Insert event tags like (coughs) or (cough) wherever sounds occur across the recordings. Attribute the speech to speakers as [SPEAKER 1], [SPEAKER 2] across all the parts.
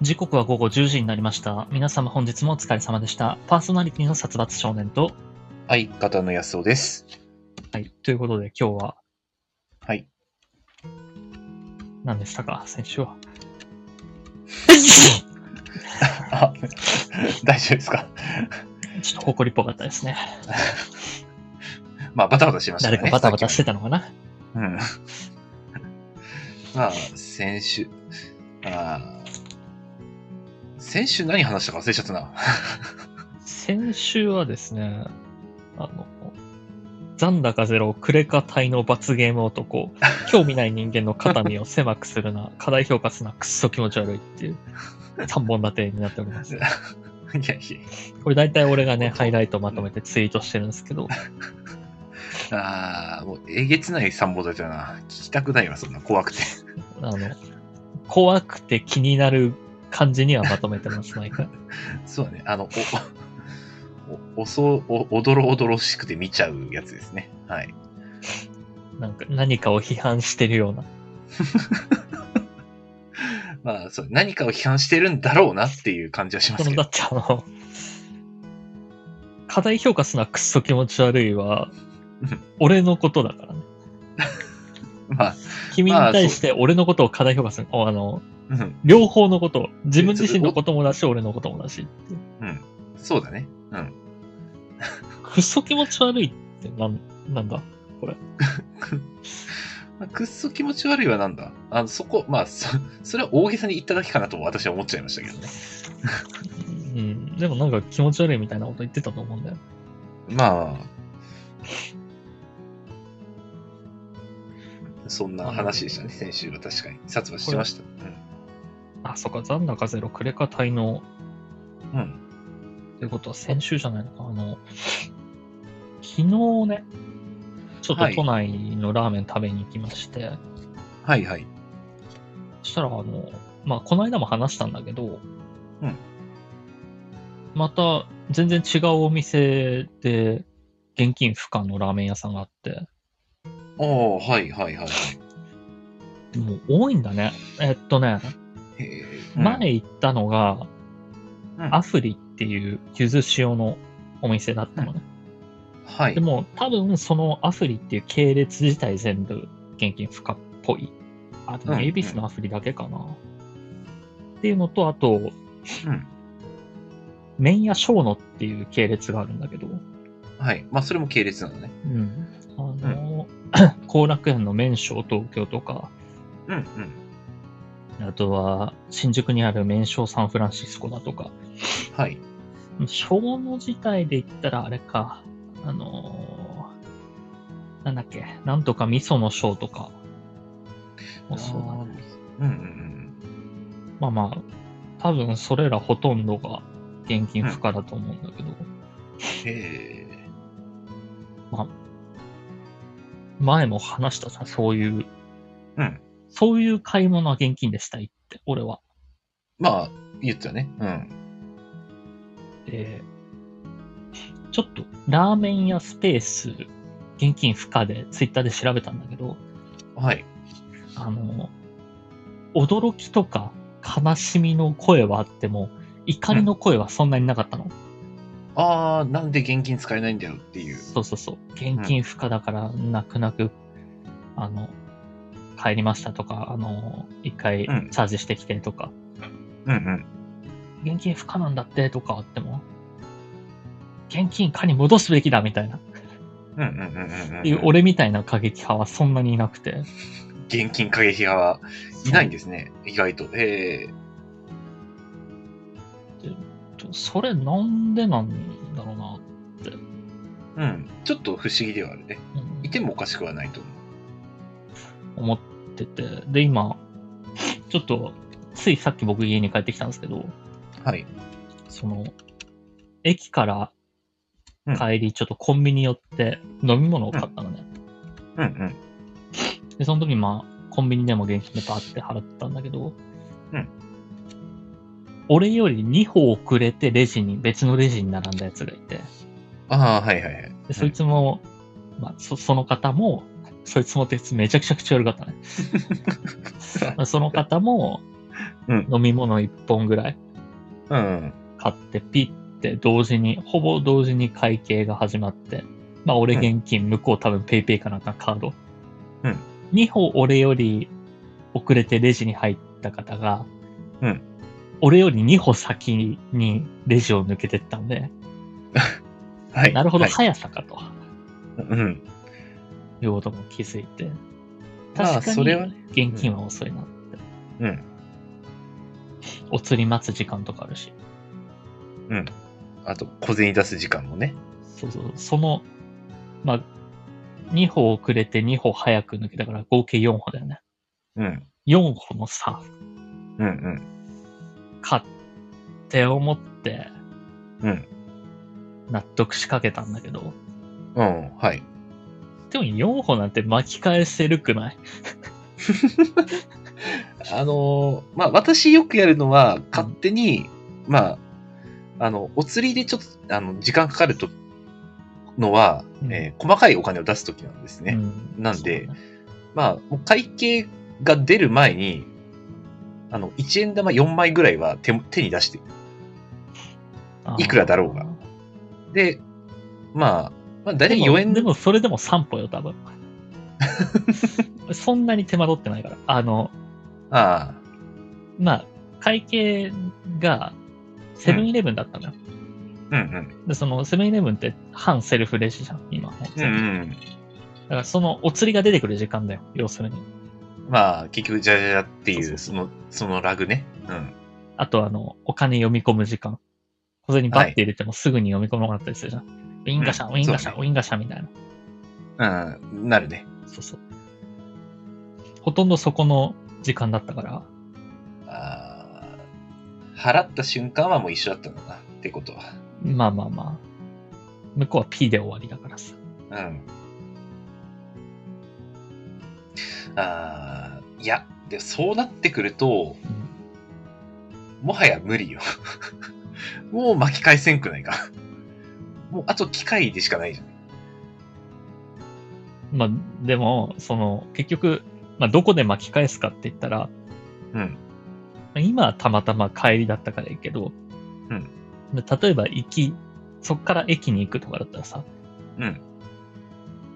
[SPEAKER 1] 時刻は午後10時になりました。皆様本日もお疲れ様でした。パーソナリティの殺伐少年と、
[SPEAKER 2] はい、片野安夫です。
[SPEAKER 1] はい、ということで今日は
[SPEAKER 2] はい。
[SPEAKER 1] 何でしたか先週 (laughs) は。
[SPEAKER 2] あ、 (laughs) 大丈夫ですか (laughs)
[SPEAKER 1] ちょっと誇りっぽかったですね。
[SPEAKER 2] まあ、バタバタしましたね。
[SPEAKER 1] 誰かバタバタしてたのかな
[SPEAKER 2] うん。 (laughs) まあ、先週、あー先週何話したか忘れちゃったな。 (laughs)
[SPEAKER 1] 先週はですね、あの、残高ゼロ、クレカ滞納罰ゲーム (laughs) 男、興味ない人間の肩身を狭くするな、過大評価すな、くっそ気持ち悪いっていう3本立てになっております。
[SPEAKER 2] いやい
[SPEAKER 1] これ大体俺 (laughs) がね、ハイライトまとめてツイートしてるんですけど、
[SPEAKER 2] や。あーもう、えげつない参謀だったな。聞きたくないわ、そんな怖くて。 (laughs)
[SPEAKER 1] あの、怖くて気になる感じにはまとめてます、毎回。
[SPEAKER 2] そうだね、あの、お、お、おそう、お、おどろおどろしくて見ちゃうやつですね。はい。
[SPEAKER 1] なんか、何かを批判してるような。
[SPEAKER 2] まあ、そう、何かを批判してるんだろうなっていう感じはしま
[SPEAKER 1] そ
[SPEAKER 2] す
[SPEAKER 1] の
[SPEAKER 2] け
[SPEAKER 1] だ
[SPEAKER 2] ど。
[SPEAKER 1] ってあの、過大評価すなくっそ気持ち悪いは
[SPEAKER 2] うん、
[SPEAKER 1] 俺のことだからね。
[SPEAKER 2] まあ、
[SPEAKER 1] 君に対して俺のことを過大評価する。あの、
[SPEAKER 2] うん。
[SPEAKER 1] 両方のことを、自分自身のこともだし、俺のこともだしっていう。
[SPEAKER 2] うん。そうだね。うん。
[SPEAKER 1] くっそ気持ち悪いってなん、なんだ
[SPEAKER 2] まあくっそ気持ち悪いはなんだあのそこ、まあそ、 (laughs) それは大げさに言っただけかなと私は思っちゃいましたけどね。
[SPEAKER 1] うん。でもなんか気持ち悪いみたいなこと言ってたと思うんだよ。
[SPEAKER 2] まあ、そんな話でしたね、先週は確かに。殺伐してました。
[SPEAKER 1] あ、そっか、残高ゼロ、クレカ滞納
[SPEAKER 2] うん。うん。
[SPEAKER 1] ということは先週じゃないのか。あの、昨日ね、ちょっ
[SPEAKER 2] は
[SPEAKER 1] と
[SPEAKER 2] い
[SPEAKER 1] 都内のラーメン食べに行きまして、
[SPEAKER 2] はいはい。
[SPEAKER 1] そしたら、あの、まあ、この間も話したんだけど、
[SPEAKER 2] うん
[SPEAKER 1] また、全然違うお店で、現金不可のラーメン屋さんがあって、
[SPEAKER 2] ああ、はいはいはい。
[SPEAKER 1] もう多いんだね。えっとね、
[SPEAKER 2] へえ
[SPEAKER 1] 前行ったのが、
[SPEAKER 2] うん
[SPEAKER 1] アフリっていうゆず塩のお店だったのね。
[SPEAKER 2] はい
[SPEAKER 1] で。も多分そのアフリっていう系列自体全部現金不可っぽい。あ、でも
[SPEAKER 2] うん
[SPEAKER 1] エビスのアフリだけかな。っていうのと、あと、
[SPEAKER 2] うん。
[SPEAKER 1] 麺屋小野っていう系列があるんだけど、
[SPEAKER 2] はい。まあ、それも系列なのね。
[SPEAKER 1] うん。あの、 (coughs) 後、楽園の麺小東京とか、
[SPEAKER 2] うんうん。
[SPEAKER 1] あとは新宿にある麺小サンフランシスコだとか、
[SPEAKER 2] はい。
[SPEAKER 1] 小野自体で言ったらあれか、あのーなんだっけ、なんとか味噌の小とか、もうそうだね
[SPEAKER 2] あーうんうん
[SPEAKER 1] まあまあ、多分それらほとんどが現金不可だと思うんだけど、
[SPEAKER 2] うん。へえ。
[SPEAKER 1] 前も話したさ、そういう、
[SPEAKER 2] うん。
[SPEAKER 1] そういう買い物は現金でしたいって、俺は。
[SPEAKER 2] まあ、言ってたね。うん。
[SPEAKER 1] で、ちょっとラーメン屋スペース、現金不可でツイッターで調べたんだけど、
[SPEAKER 2] はい。
[SPEAKER 1] あの、驚きとか悲しみの声はあっても、怒りの声はそんなになかったの。
[SPEAKER 2] ああ、なんで現金使えないんだよっていう。
[SPEAKER 1] そうそうそう。現金不可だから、泣く泣く、あの、帰りましたとか、あの、一回チ
[SPEAKER 2] うん
[SPEAKER 1] ャージしてきてとか、
[SPEAKER 2] うんうん。
[SPEAKER 1] 現金不可なんだってとかあっても、現金可に戻すべきだみたいな、
[SPEAKER 2] うんうんうんうんうん。
[SPEAKER 1] いう俺みたいな過激派はそんなにいなくて。
[SPEAKER 2] 現金過激派はいないんですね。意外と。ええ
[SPEAKER 1] そうそれなんでなんだろうな。
[SPEAKER 2] うん。ちょっと不思議ではあるね。
[SPEAKER 1] うん
[SPEAKER 2] いてもおかしくはないと思う。
[SPEAKER 1] 思ってて、で、今、ちょっと、ついさっき僕家に帰ってきたんですけど、
[SPEAKER 2] はい。
[SPEAKER 1] その、駅から
[SPEAKER 2] うん
[SPEAKER 1] 帰り、ちょっとコンビニ寄って飲み物を買ったのね。
[SPEAKER 2] うんうん。
[SPEAKER 1] で、その時、まあ、コンビニでも現金でバーって払ったんだけど、
[SPEAKER 2] うん
[SPEAKER 1] 俺より2歩遅れてレジに、別のレジに並んだやつがいて、
[SPEAKER 2] ああ、はいはいはい。
[SPEAKER 1] でそいつも、まあそ、その方も、
[SPEAKER 2] (laughs)
[SPEAKER 1] そいつもってめちゃくちゃ口悪かったね。まあその方も、
[SPEAKER 2] うん
[SPEAKER 1] 飲み物1本ぐらい
[SPEAKER 2] うん。
[SPEAKER 1] 買って、ピッて同時に、ほぼ同時に会計が始まって、まあ、俺現金、向こう多分ペイペイかなんかカード。
[SPEAKER 2] うん。
[SPEAKER 1] 2歩俺より遅れてレジに入った方が、
[SPEAKER 2] うん。
[SPEAKER 1] 俺より2歩先にレジを抜けてったんで、
[SPEAKER 2] はい。
[SPEAKER 1] なるほど、
[SPEAKER 2] はい
[SPEAKER 1] 速さかと
[SPEAKER 2] うん。
[SPEAKER 1] いうことも気づいて、
[SPEAKER 2] まあ
[SPEAKER 1] 確か
[SPEAKER 2] そ
[SPEAKER 1] に
[SPEAKER 2] れはね
[SPEAKER 1] 現金は遅いなって。
[SPEAKER 2] うん。
[SPEAKER 1] お釣り待つ時間とかあるし。
[SPEAKER 2] うん。あと、小銭出す時間もね。
[SPEAKER 1] そうそう、その、まあ、2歩遅れて2歩早く抜けたから合計4歩だよね。
[SPEAKER 2] うん。
[SPEAKER 1] 4歩の差
[SPEAKER 2] うんうん。
[SPEAKER 1] かって思って
[SPEAKER 2] うん。
[SPEAKER 1] 納得しかけたんだけど、
[SPEAKER 2] うん。はい。
[SPEAKER 1] でも4歩なんて巻き返せるくない
[SPEAKER 2] あのーまあ、私よくやるのは、勝手に、まあ、あの、お釣りでちょっと、あの、時間かかると、のは、
[SPEAKER 1] うん
[SPEAKER 2] えー細かいお金を出すときなんですね。
[SPEAKER 1] うん
[SPEAKER 2] なんで
[SPEAKER 1] そうだね
[SPEAKER 2] まあ、もう会計が出る前に、あの、1円玉4枚ぐらいは手も手に出して、
[SPEAKER 1] あー
[SPEAKER 2] いくらだろうがで、まあ、まあ、大
[SPEAKER 1] で
[SPEAKER 2] 体
[SPEAKER 1] も
[SPEAKER 2] 4円、
[SPEAKER 1] でもそれでも3歩よ、多
[SPEAKER 2] (laughs)
[SPEAKER 1] 分。そんなに手間取ってないから。あの、
[SPEAKER 2] あ
[SPEAKER 1] まあ、会計がセブンイレブンだったのよ。
[SPEAKER 2] あ、うん
[SPEAKER 1] で、そのセブンイレブンって反セルフレジじゃん、今も。
[SPEAKER 2] うん。うんうん。
[SPEAKER 1] だからそのお釣りが出てくる時間だよ、要するに。
[SPEAKER 2] まあ、結局、じゃじゃじゃってい
[SPEAKER 1] そう
[SPEAKER 2] う、その、そのラグね。うん。
[SPEAKER 1] あとあの、お金読み込む時間。小銭バッて入れてもすぐに読み込まなかったりするじゃん。ウィンガシャン、ウィンガシャン、
[SPEAKER 2] そ
[SPEAKER 1] ウィンガシャンみたいな。
[SPEAKER 2] うん、なるね。
[SPEAKER 1] そうそう。ほとんどそこの時間だったから、
[SPEAKER 2] あー払った瞬間はもう一緒だったのかなってことは。
[SPEAKER 1] まあまあまあ。向こうは P で終わりだからさ。
[SPEAKER 2] うん。あーいや、でそうなってくると、
[SPEAKER 1] うん
[SPEAKER 2] もはや無理よ。 (laughs) もう巻き返せんくないか。もうあと機械でしかないじゃん。
[SPEAKER 1] まあ、でも、その、結局、まあ、どこで巻き返すかって言ったら、
[SPEAKER 2] うん。
[SPEAKER 1] 今はたまたま帰りだったからいいけど、
[SPEAKER 2] うん
[SPEAKER 1] で例えば行き、そっから駅に行くとかだったらさ、
[SPEAKER 2] うん。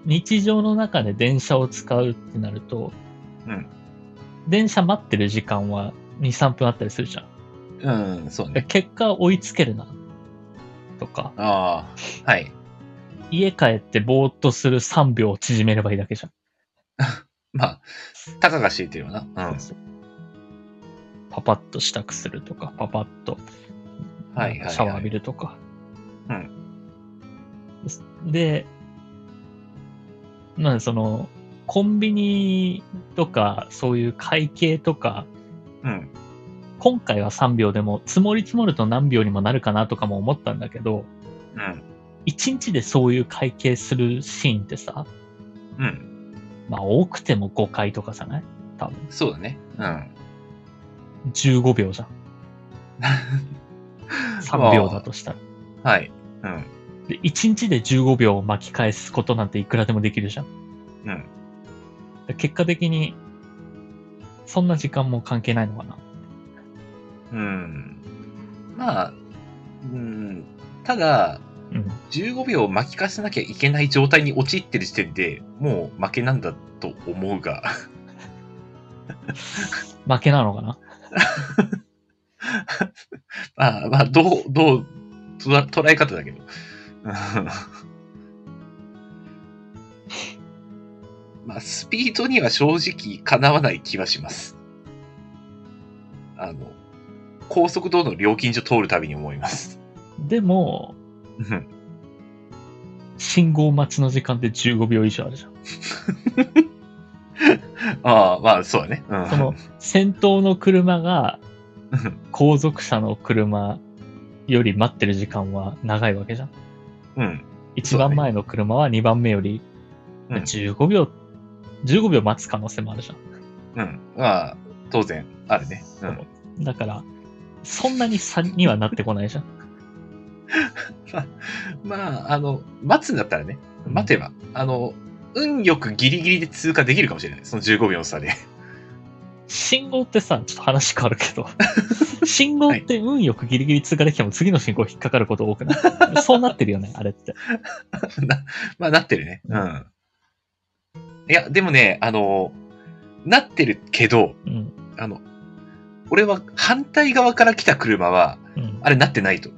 [SPEAKER 1] 日常の中で電車を使うってなると、
[SPEAKER 2] うん
[SPEAKER 1] 電車待ってる時間は2、3分あったりするじゃん。
[SPEAKER 2] うん、そう
[SPEAKER 1] で
[SPEAKER 2] ね。
[SPEAKER 1] 結果追いつけるな。とか、
[SPEAKER 2] ああ、はい。
[SPEAKER 1] 家帰ってぼーっとする3秒を縮めればいいだけじゃん。
[SPEAKER 2] まあ、たかが知れてるよな。うん。
[SPEAKER 1] そうそうパパッと支度するとか、パパッと
[SPEAKER 2] はいはい、はい。
[SPEAKER 1] シャワー浴びるとか。
[SPEAKER 2] う
[SPEAKER 1] で、なんでその、コンビニとか、そういう会計とか、
[SPEAKER 2] うん。
[SPEAKER 1] 今回は3秒でも、積もり積もると何秒にもなるかなとかも思ったんだけど、
[SPEAKER 2] うん。
[SPEAKER 1] 1日でそういう会計するシーンってさ、
[SPEAKER 2] うん。
[SPEAKER 1] まあ多くても5回とかじゃない多分。
[SPEAKER 2] そうだね。うん。
[SPEAKER 1] 15秒じゃん。3秒 (laughs) だとしたら。
[SPEAKER 2] はい。うん。
[SPEAKER 1] で、1日で15秒を巻き返すことなんていくらでもできるじゃん。
[SPEAKER 2] うん。
[SPEAKER 1] で結果的に、そんな時間も関係ないのかな。
[SPEAKER 2] うん。まあ、うん。ただ、
[SPEAKER 1] うん。
[SPEAKER 2] 15秒巻き返さなきゃいけない状態に陥ってる時点でもう負けなんだと思うが、
[SPEAKER 1] 負けなのかな。
[SPEAKER 2] まあ、まあ、どう、どう、とら捉え方だけ (laughs) ど。うんまあ、スピードには正直かなわない気はします。あの、高速道路の料金所通るたびに思い (laughs) ます。
[SPEAKER 1] でも、
[SPEAKER 2] うん
[SPEAKER 1] 信号待ちの時間って15秒以上あるじゃん。
[SPEAKER 2] ああ、まあ、そうだね。うん。
[SPEAKER 1] その、先頭の車が
[SPEAKER 2] うん
[SPEAKER 1] 後続車の車より待ってる時間は長いわけじゃん。
[SPEAKER 2] (laughs) うん。
[SPEAKER 1] 一番前の車は2番目より
[SPEAKER 2] うん
[SPEAKER 1] 15秒、15秒待つ可能性もあるじゃん。
[SPEAKER 2] うん。まあ、当然、あるね。うん。
[SPEAKER 1] だから、そんなに差にはなってこないじゃん。
[SPEAKER 2] まあ、あの、待つんだったらね、待てば、あの、運よくギリギリで通過できるかもしれない。その15秒の差で。
[SPEAKER 1] 信号ってさ、ちょっと話変わるけ
[SPEAKER 2] (laughs)
[SPEAKER 1] ど、信号って運よくギリギリ通過できても次の信号引っかかること多くないそうなってるよね、あれって。
[SPEAKER 2] (laughs) な、まあ、なってるね。うん。いや、でもね、あの、なってるけど、
[SPEAKER 1] うん。
[SPEAKER 2] あの、俺は反対側から来た車は、
[SPEAKER 1] うん、
[SPEAKER 2] あれなってないと。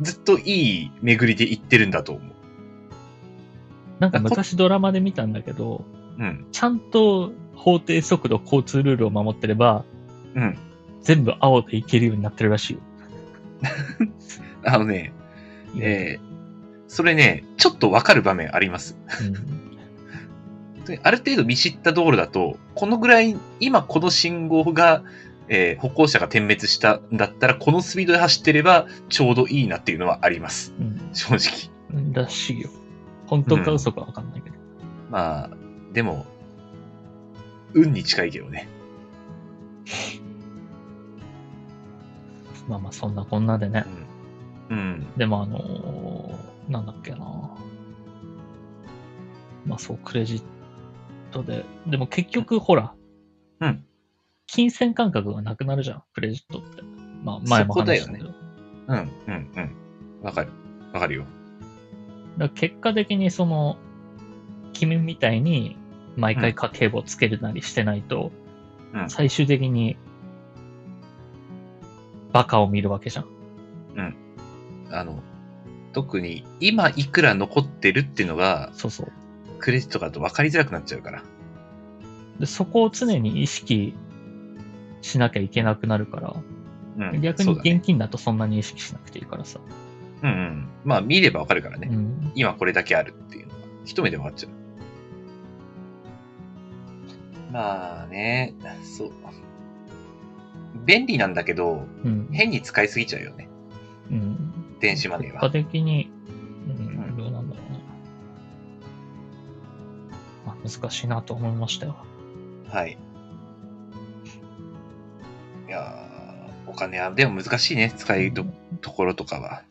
[SPEAKER 2] ずっといい巡りで行ってるんだと思う。
[SPEAKER 1] なんか昔ドラマで見たんだけど、
[SPEAKER 2] うん。
[SPEAKER 1] ちゃんと法定速度、交通ルールを守ってれば、
[SPEAKER 2] うん。
[SPEAKER 1] 全部青で行けるようになってるらしいよ。
[SPEAKER 2] あのね、えーそれね、ちょっとわかる場面あります。
[SPEAKER 1] うん
[SPEAKER 2] である程度見知った道路だと、このぐらい、今この信号が、えー歩行者が点滅したんだったら、このスピードで走ってればちょうどいいなっていうのはあります。
[SPEAKER 1] うん
[SPEAKER 2] 正直。
[SPEAKER 1] うん。らしいよ。本当か嘘かわかんないけど。
[SPEAKER 2] まあ、でも、運に近いけどね。
[SPEAKER 1] まあまあ、そんなこんなでね。
[SPEAKER 2] うん。うん。
[SPEAKER 1] でもあのーなんだっけな。まあそう、クレジットで。でも結局、ほら。
[SPEAKER 2] うん。
[SPEAKER 1] 金銭感覚がなくなるじゃん、クレジットって。まあ前も話したけど。
[SPEAKER 2] そ
[SPEAKER 1] だ
[SPEAKER 2] うん。うん。うん。わかる。わかるよ。
[SPEAKER 1] から結果的にその、君みたいに毎回家計簿つけるなりしてないと、
[SPEAKER 2] うん
[SPEAKER 1] 最終的にバカを見るわけじゃん。
[SPEAKER 2] あの、特に今いくら残ってるっていうのが、
[SPEAKER 1] そうそう。
[SPEAKER 2] クレジットだと分かりづらくなっちゃうから。
[SPEAKER 1] で、そこを常に意識しなきゃいけなくなるから、
[SPEAKER 2] うん。
[SPEAKER 1] 逆
[SPEAKER 2] そ
[SPEAKER 1] に
[SPEAKER 2] うだね
[SPEAKER 1] 現金だとそんなに意識しなくていいからさ。
[SPEAKER 2] うんうん。まあ見れば分かるからね。
[SPEAKER 1] うん。
[SPEAKER 2] 今これだけあるっていうのが、一目で分かっちゃう。まあね、そう。便利なんだけど、
[SPEAKER 1] うん。
[SPEAKER 2] 変に使いすぎちゃうよね。
[SPEAKER 1] うん。
[SPEAKER 2] 電子マネー
[SPEAKER 1] 結果
[SPEAKER 2] は。
[SPEAKER 1] 的に、う
[SPEAKER 2] うん
[SPEAKER 1] ん、どうなんだろうね。まあ、難しいなと思いましたよ。
[SPEAKER 2] はい。いやーお金は、でも難しいね。使いどところとかは。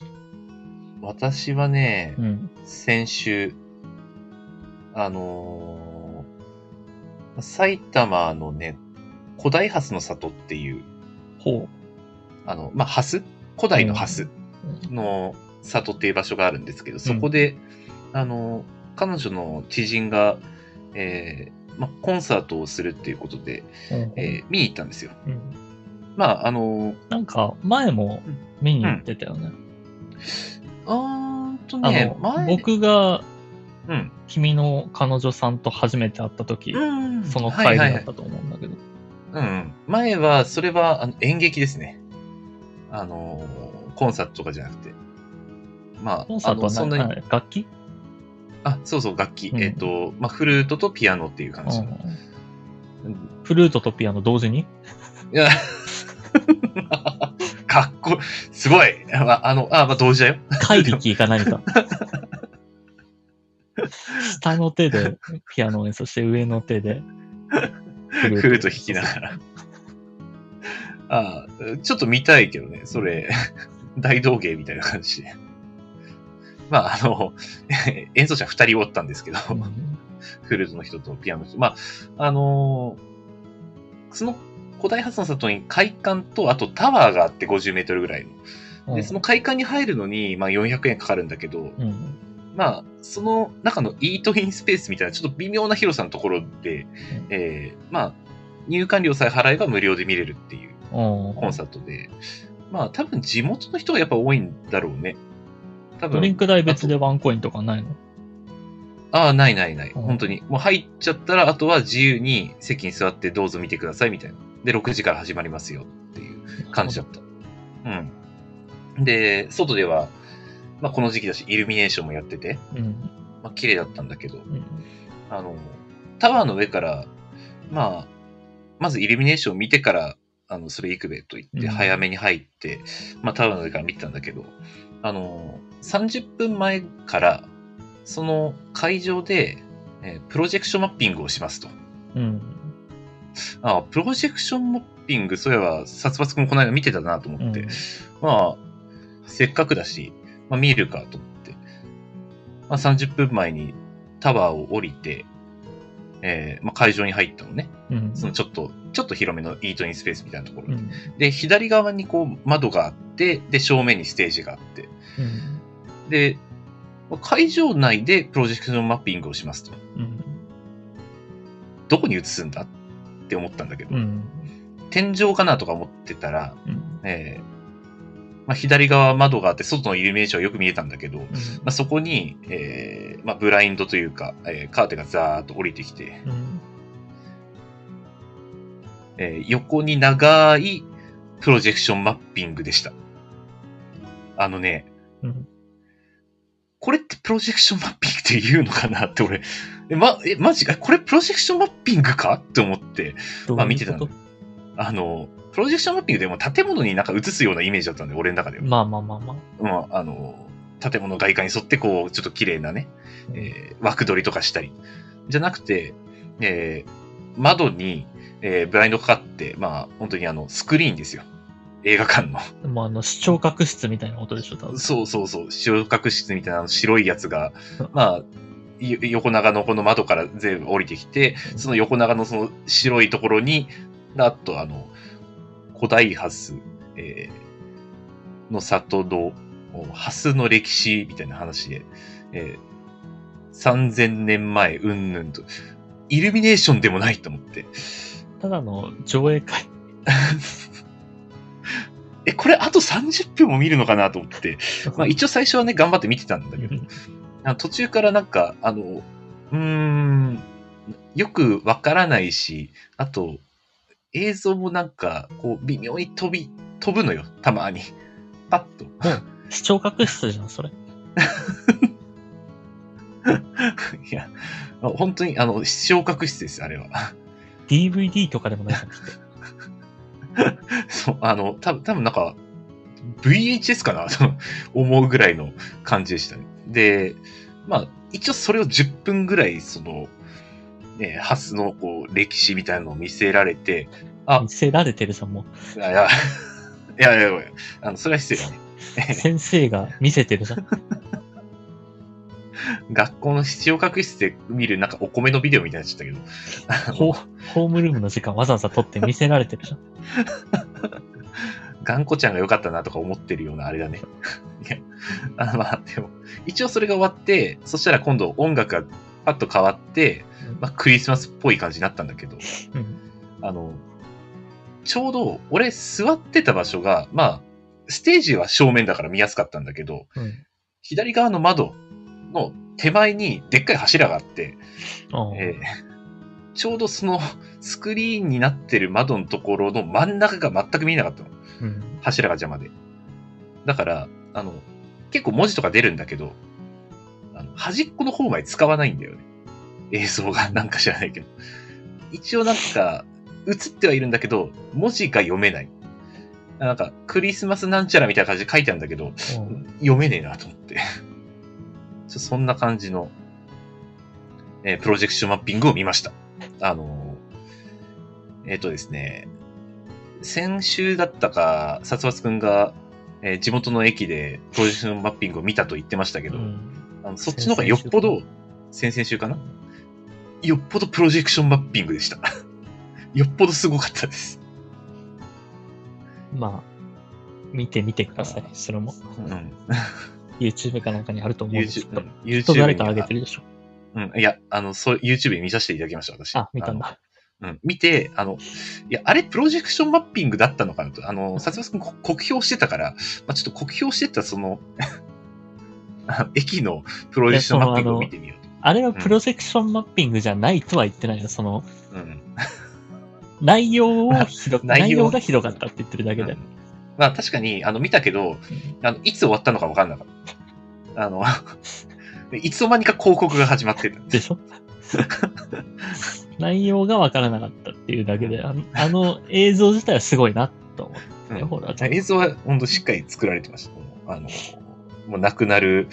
[SPEAKER 2] うん。私はね、
[SPEAKER 1] うん。
[SPEAKER 2] 先週、あのー埼玉のね、古代ハスの里っていう、
[SPEAKER 1] ほ
[SPEAKER 2] あの、まあ、ハス古代のハス
[SPEAKER 1] う。
[SPEAKER 2] の里っていう場所があるんですけど、そこで、あの、彼女の知人が、えーまあ、コンサートをするっていうことで、
[SPEAKER 1] うん。
[SPEAKER 2] えー見に行ったんですよ。
[SPEAKER 1] うん
[SPEAKER 2] まあ、あの、
[SPEAKER 1] なんか、前も見に行ってたよね。
[SPEAKER 2] うーんと
[SPEAKER 1] あ
[SPEAKER 2] ね
[SPEAKER 1] の、、
[SPEAKER 2] 前、
[SPEAKER 1] 僕が
[SPEAKER 2] うん、
[SPEAKER 1] 君の彼女さんと初めて会った時、
[SPEAKER 2] うん、
[SPEAKER 1] その
[SPEAKER 2] は
[SPEAKER 1] 回
[SPEAKER 2] いはい
[SPEAKER 1] だ
[SPEAKER 2] は
[SPEAKER 1] っ
[SPEAKER 2] い
[SPEAKER 1] たと思うんだけど。
[SPEAKER 2] うん。前は、それはあの演劇ですね。あのー、コンサートとかじゃなくて。まあ、
[SPEAKER 1] コンサートは
[SPEAKER 2] あのそんな
[SPEAKER 1] 何
[SPEAKER 2] に、
[SPEAKER 1] はい楽器
[SPEAKER 2] あ、そうそう、楽器。
[SPEAKER 1] うん
[SPEAKER 2] えっ、と、まあ、フルートとピアノっていう感じ。
[SPEAKER 1] うんフルートとピアノ同時に
[SPEAKER 2] いや (laughs) かっこいい、すごい。まあ、あの、あ、まあ、同時だよ。
[SPEAKER 1] 怪力か何か。 (laughs) 下の手でピアノを演奏して、上の手でフ
[SPEAKER 2] フルート弾きながら。ああ、ちょっと見たいけどね、それ、大道芸みたいな感じで。まあ、あの、演奏者二人おったんですけど、
[SPEAKER 1] うん
[SPEAKER 2] フルートの人とピアノの人。まあ、あのーその古代発の里に会館と、あとタワーがあって50メートルぐらいの。で、その会館に入るのに、まあ400円かかるんだけど、
[SPEAKER 1] うん
[SPEAKER 2] まあ、その中のイートインスペースみたいな、ちょっと微妙な広さのところで、えーまあ、入館料さえ払えば無料で見れるっていう
[SPEAKER 1] うん
[SPEAKER 2] コンサートで、まあ多分地元の人がやっぱ多いんだろうね。多
[SPEAKER 1] ドリン
[SPEAKER 2] 分、
[SPEAKER 1] ク代別でワンコインとかないの
[SPEAKER 2] ああ、ないないない。
[SPEAKER 1] うん
[SPEAKER 2] 本当に。もう入っちゃったら、あとは自由に席に座ってどうぞ見てくださいみたいな。で、6時から始まりますよっていう感じだった。うん。で、外では、まあこの時期だし、イルミネーションもやってて、
[SPEAKER 1] うん
[SPEAKER 2] まあ綺麗だったんだけど、
[SPEAKER 1] うん
[SPEAKER 2] あの、タワーの上から、まあ、まずイルミネーションを見てから、あの、それ行くべと言っ
[SPEAKER 1] うん
[SPEAKER 2] て、早めに入って、まあ、タワーの上から見てたんだけど、あの、30分前から、その会場で、えープロジェクションマッピングをしますと。
[SPEAKER 1] うん
[SPEAKER 2] あプロジェクションマッピング、そういえば、殺伐くんもこの間見てたなと
[SPEAKER 1] う
[SPEAKER 2] 思っ
[SPEAKER 1] ん
[SPEAKER 2] て、まあ、せっかくだし、まあ、見るかと思って、まあ、30分前にタワーを降りて、えーまあ、会場に入ったのね。
[SPEAKER 1] うん。
[SPEAKER 2] そのちょっと、ちょっと広めのイートインスペースみたいなところ
[SPEAKER 1] う。ん。
[SPEAKER 2] で、左側にこう窓があって、で、正面にステージがあって。
[SPEAKER 1] うん。
[SPEAKER 2] で、会場内でプロジェクションマッピングをしますと。
[SPEAKER 1] うん。
[SPEAKER 2] どこに移すんだって思ったんだけど、
[SPEAKER 1] うん。
[SPEAKER 2] 天井かなとか思ってたら、
[SPEAKER 1] うん。
[SPEAKER 2] えーまあ、左側窓があって、外のイルミネーションはよく見えたんだけど、まあ、そこに、えーまあ、ブラインドというか、えーカーテンがザーッと降りてきて、
[SPEAKER 1] うん。
[SPEAKER 2] えー横に長いプロジェクションマッピングでした。あのね、
[SPEAKER 1] うん
[SPEAKER 2] これってプロジェクションマッピングって言うのかなって俺、え、ま、え、マジか、これプロジェクションマッピングかって思っ
[SPEAKER 1] どうい
[SPEAKER 2] て、
[SPEAKER 1] うこと
[SPEAKER 2] まあ見てたんだあの、プロジェクションマッピングでも建物になんか映すようなイメージだったんで、俺の中では。
[SPEAKER 1] まあまあまあまあ。
[SPEAKER 2] まあ、あの、建物外観に沿って、こう、ちょっと綺麗なね、えー枠取りとかしたり。じゃなくて、えー窓に、えーブラインドかかって、まあ、本当にあの、スクリーンですよ。映画館の。 (laughs)
[SPEAKER 1] もうあの、視聴覚室みたいなことでしょ、多分。
[SPEAKER 2] そうそうそう、白角室みたいなあの白いやつが、まあ、よ横長のこの窓から全部降りてきて、その横長のその白いところに、あとあの、古代ハス、えーの里の、ハスの歴史みたいな話で、えー3000年前、うんぬんと、イルミネーションでもないと思って、
[SPEAKER 1] ただの上映会。
[SPEAKER 2] え、これあと30分も見るのかなと思って、まあ一応最初はね、頑張って見てたんだけど、あの途中からなんか、あの、うーん、よくわからないし、あと、映像もなんか、こう、微妙に飛び、飛ぶのよ、たまに。パッと。 (laughs)
[SPEAKER 1] 視聴覚室じゃん、それ。
[SPEAKER 2] いや、あ本当に、あの、昇格室です、あれは。 (laughs)
[SPEAKER 1] DVD とかでもないじゃん。きっと
[SPEAKER 2] そう、あの、たぶん、多分なんか、VHS かな (laughs) と思うぐらいの感じでしたね。で、まあ、一応それを10分ぐらい、その、ね、ハスのこう歴史みたいなのを見せられて、あ
[SPEAKER 1] 見せられてるじゃん、も
[SPEAKER 2] いやいや、いやいやいやあの、それは失礼だね。
[SPEAKER 1] う。先生が見せてるじゃん。
[SPEAKER 2] (laughs) 学校の視聴覚室で見るなんかお米のビデオみたいになっちゃったけ
[SPEAKER 1] ホ
[SPEAKER 2] ど、
[SPEAKER 1] ホームルームの時間わざわざ取って見せられてるじゃん。
[SPEAKER 2] (laughs) 頑固ちゃんが良かったなとか思ってるようなあれだね。いや、あまあでも、一応それが終わって、そしたら今度音楽がパッと変わって、まあクリスマスっぽい感じになったんだけど、
[SPEAKER 1] うん。
[SPEAKER 2] あの、ちょうど俺座ってた場所が、まあ、ステージは正面だから見やすかったんだけど、
[SPEAKER 1] うん。
[SPEAKER 2] 左側の窓の手前にでっかい柱があって、
[SPEAKER 1] ああ
[SPEAKER 2] えーちょうどそのスクリーンになってる窓のところの真ん中が全く見えなかったの。
[SPEAKER 1] うん。
[SPEAKER 2] 柱が邪魔で。だから、あの、結構文字とか出るんだけど、あの端っこの方まで使わないんだよね。映像がなんか知らないけど。一応なんか、映ってはいるんだけど、文字が読めない。なんか、クリスマスなんちゃらみたいな感じで書いてあるんだけ
[SPEAKER 1] う
[SPEAKER 2] ど、
[SPEAKER 1] ん
[SPEAKER 2] 読めねえなと思って。 (laughs) ちょそんな感じの、えープロジェクションマッピングを見ました。あのーえっ、とですね、先週だったか、殺伐くんが、えー地元の駅でプロジェクションマッピングを見たと言ってましたけ
[SPEAKER 1] う
[SPEAKER 2] ど、
[SPEAKER 1] ん。
[SPEAKER 2] あのそっちの方がよっぽど、先々週かなよっぽどプロジェクションマッピングでした。 (laughs) よっぽどすごかったです。
[SPEAKER 1] まあ、見てみてください。それも。
[SPEAKER 2] うん。
[SPEAKER 1] YouTube かなんかにあると思うんですけ
[SPEAKER 2] YouTube う
[SPEAKER 1] ど。
[SPEAKER 2] ん
[SPEAKER 1] きっと
[SPEAKER 2] YouTube
[SPEAKER 1] 誰か上げて
[SPEAKER 2] に
[SPEAKER 1] るでしょ。
[SPEAKER 2] うん。いや、あの、そう、YouTube に見させていただきました、私。
[SPEAKER 1] あ、見たん
[SPEAKER 2] の
[SPEAKER 1] だ。
[SPEAKER 2] うん、見て、あの、いや、あれ、プロジェクションマッピングだったのかなと、あの、さつまさん、こ酷評してたから、まあ、ちょっと酷評してた、その、 (laughs) あ駅のプロジェクションマッピングを見てみよ
[SPEAKER 1] あれはプロジェクションマッピングじゃないとは言ってないの。その、
[SPEAKER 2] うと。うん。
[SPEAKER 1] 内容をひど
[SPEAKER 2] 内
[SPEAKER 1] 内
[SPEAKER 2] 容
[SPEAKER 1] 容がひどかったって言ってるだけ
[SPEAKER 2] う
[SPEAKER 1] で
[SPEAKER 2] ん。まあ、確かに、あの、見たけど、あの、いつ終わったのか分かんなかった。あの、 (laughs) いつの間にか広告が始ま
[SPEAKER 1] (laughs)
[SPEAKER 2] ってた。
[SPEAKER 1] でしょ内容がわからなかったっていうだけで、あのあの映像自体はすごいなと思って、ね
[SPEAKER 2] うん
[SPEAKER 1] ほら、
[SPEAKER 2] 映像は本当しっかり作られてました。もうあの、もうなくなる、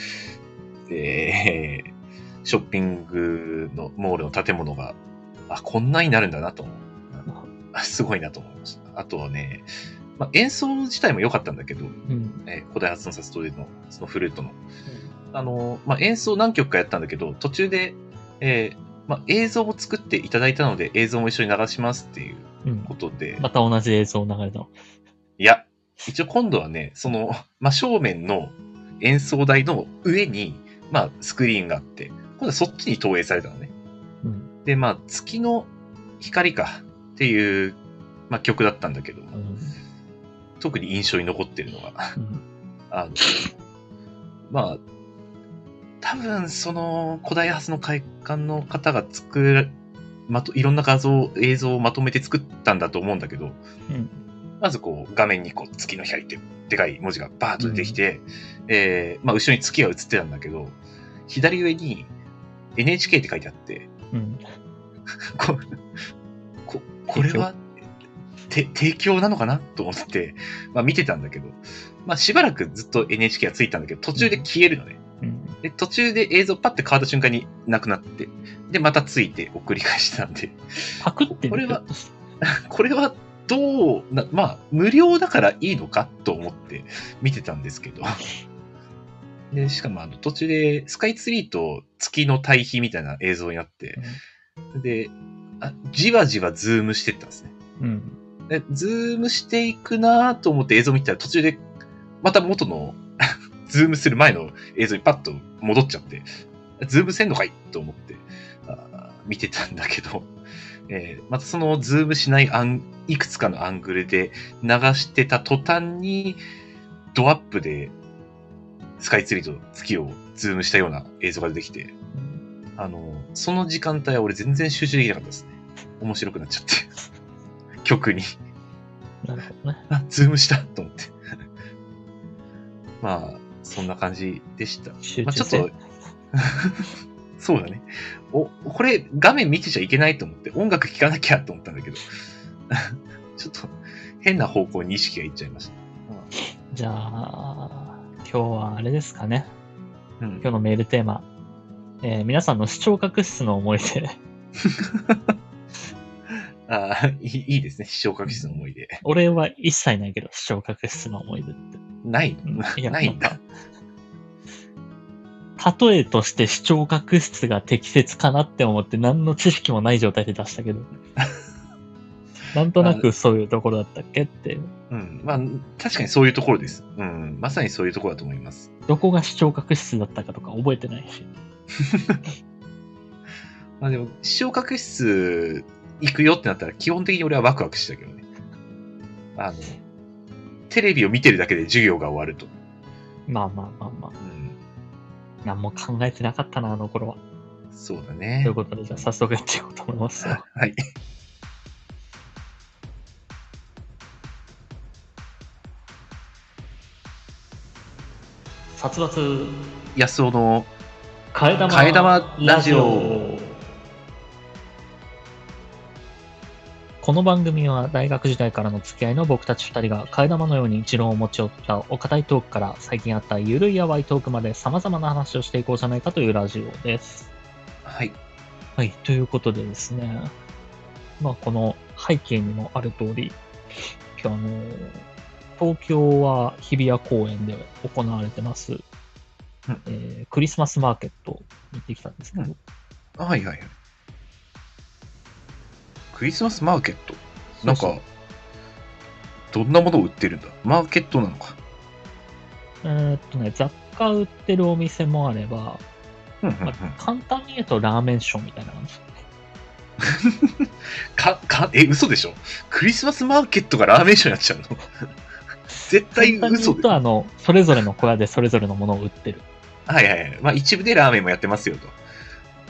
[SPEAKER 2] えーショッピングのモールの建物が、あ、こんなになるんだなと思う。あすごいなと思いました。あとはね、まあ、演奏自体も良かったんだけど、
[SPEAKER 1] うん、
[SPEAKER 2] えー古代発音札とでのそのフルートの。あの、まあ、演奏何曲かやったんだけど、途中で、えーまあ、映像を作っていただいたので映像も一緒に流しますっていう
[SPEAKER 1] うん
[SPEAKER 2] こ。とで、
[SPEAKER 1] また同じ映像を流れたの。
[SPEAKER 2] いや、一応今度はね、その真正面の演奏台の上に、まあ、スクリーンがあって、今度はそっちに投影されたのね。
[SPEAKER 1] うん。
[SPEAKER 2] で、まあ、月の光かっていう、まあ、曲だったんだけども、
[SPEAKER 1] うん
[SPEAKER 2] 特に印象に残ってるのが、
[SPEAKER 1] うん。
[SPEAKER 2] あの、まあ、多分その古代発の会館の方が作る、まと、いろんな画像、映像をまとめて作ったんだと思うんだけど、
[SPEAKER 1] うん
[SPEAKER 2] まずこう画面にこう月の光ってでかい文字がバーッと出てきて、えーまあ後ろに月が映ってたんだけど、左上に NHK って書いてあって、 (laughs)
[SPEAKER 1] うん。
[SPEAKER 2] こここれはて提供なのかなと思って、まあ、見てたんだけど、まあ、しばらくずっと NHK がついたんだけど途中で消えるのね、
[SPEAKER 1] うん。
[SPEAKER 2] で途中で映像パッて変わった瞬間になくなってでまたついてを繰り返してたんで
[SPEAKER 1] パクってる
[SPEAKER 2] これはこれはどうなまあ無料だからいいのかと思って見てたんですけどでしかもあの途中でスカイツリーと月の対比みたいな映像になってであじわじわズームしてったんですね
[SPEAKER 1] うん。
[SPEAKER 2] でズームしていくなぁと思って映像見てたら途中でまた元の (laughs) ズームする前の映像にパッと戻っちゃってズームせんのかいと思ってあー見てたんだけど、 (laughs) えーまたそのズームしないアンいくつかのアングルで流してた途端にドアップでスカイツリーと月をズームしたような映像が出てきて
[SPEAKER 1] うん
[SPEAKER 2] あの、その時間帯は俺全然集中できなかったですね。面白くなっちゃって。 (laughs) 曲に。
[SPEAKER 1] なるほどね。
[SPEAKER 2] (laughs) あ、ズームしたと思って。 (laughs) まあ、そんな感じでした。
[SPEAKER 1] 集
[SPEAKER 2] まあ、
[SPEAKER 1] 中
[SPEAKER 2] ちょっ
[SPEAKER 1] 性
[SPEAKER 2] と。、 (laughs) そうだね。お、これ画面見てちゃいけないと思って、音楽聴かなきゃと思ったんだけど、 (laughs) ちょっと変な方向に意識がいっちゃいました。
[SPEAKER 1] じゃあ、今日はあれですかね。
[SPEAKER 2] うん
[SPEAKER 1] 今日のメールテーマ。えー皆さんの視聴覚室の思い
[SPEAKER 2] (laughs)
[SPEAKER 1] 出。
[SPEAKER 2] あーいいいいですね。視聴覚室の思い出。
[SPEAKER 1] 俺は一切ないけど、視聴覚室の思い出って。
[SPEAKER 2] ない。
[SPEAKER 1] うんいや
[SPEAKER 2] ないんだ。
[SPEAKER 1] 例えとして視聴覚室が適切かなって思って何の知識もない状態で出したけ
[SPEAKER 2] (laughs)
[SPEAKER 1] ど。なんとなくそういうところだったっけって。
[SPEAKER 2] うん。まあ、確かにそういうところです。うん。まさにそういうところだと思います。
[SPEAKER 1] どこが視聴覚室だったかとか覚えてないし。
[SPEAKER 2] まあでも、視聴覚室行くよってなったら、基本的に俺はワクワクしてたけどね。あの、テレビを見てるだけで授業が終わると。
[SPEAKER 1] まあまあまあまあ。
[SPEAKER 2] うん。
[SPEAKER 1] 何も考えてなかったな、あの頃は。
[SPEAKER 2] そうだ
[SPEAKER 1] と
[SPEAKER 2] ね
[SPEAKER 1] いう。ことで、じゃあ早速やっていこうと思いますよ。
[SPEAKER 2] はい。
[SPEAKER 1] 殺伐、
[SPEAKER 2] 安尾の、
[SPEAKER 1] 替え玉
[SPEAKER 2] 替え玉ラジオ。
[SPEAKER 1] この番組は大学時代からの付き合いの僕たち2人が替え玉のように持論を持ち寄ったお堅いトークから最近あったゆるいやわいトークまで様々な話をしていこうじゃないかというラジオです。
[SPEAKER 2] はい。
[SPEAKER 1] はい、ということでですね、まあ、この背景にもある通り、今日あの、東京は日比谷公園で行われてます、えークリスマスマーケットに行ってきたんですけど、
[SPEAKER 2] うんあはいはいはい。クリスマスマーケット。なん
[SPEAKER 1] そう
[SPEAKER 2] か、どんなものを売ってるんだマーケットなのか。
[SPEAKER 1] そう、えーっとね、雑貨売ってるお店もあれば、
[SPEAKER 2] うんうんう
[SPEAKER 1] まあ
[SPEAKER 2] ん
[SPEAKER 1] 簡単に言うとラーメンショーみたいな感じ。
[SPEAKER 2] か、か、え、嘘でしょクリスマスマーケットがラーメンショーになっちゃうの (laughs) 絶対
[SPEAKER 1] 簡単に言
[SPEAKER 2] 嘘
[SPEAKER 1] う
[SPEAKER 2] で
[SPEAKER 1] と、あの、それぞれの小屋でそれぞれのものを売ってる。
[SPEAKER 2] はいはいはい。まあ一部でラーメンもやってますよと。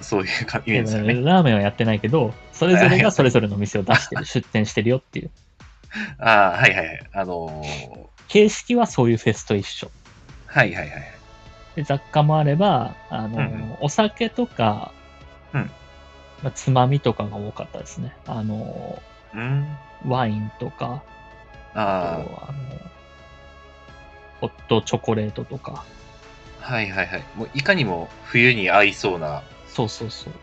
[SPEAKER 2] そういうかイメージですよね。
[SPEAKER 1] ラーメンはやってないけど、それぞれがそれぞれの店を出
[SPEAKER 2] (laughs)
[SPEAKER 1] してる、出店してるよっていう。
[SPEAKER 2] ああ、はいはいはい。あのー
[SPEAKER 1] 形式はそういうフェスと一緒。
[SPEAKER 2] はいはいはい。
[SPEAKER 1] で雑貨もあれば、あの、
[SPEAKER 2] うんうん
[SPEAKER 1] お酒とか、
[SPEAKER 2] うん
[SPEAKER 1] まあつまみとかが多かったですね。あの、
[SPEAKER 2] うん。
[SPEAKER 1] ワインとか、あと
[SPEAKER 2] あ
[SPEAKER 1] あの、ホットチョコレートとか、
[SPEAKER 2] あ、はいはいはい。もういかにも冬に合いそうな
[SPEAKER 1] そうそうそう。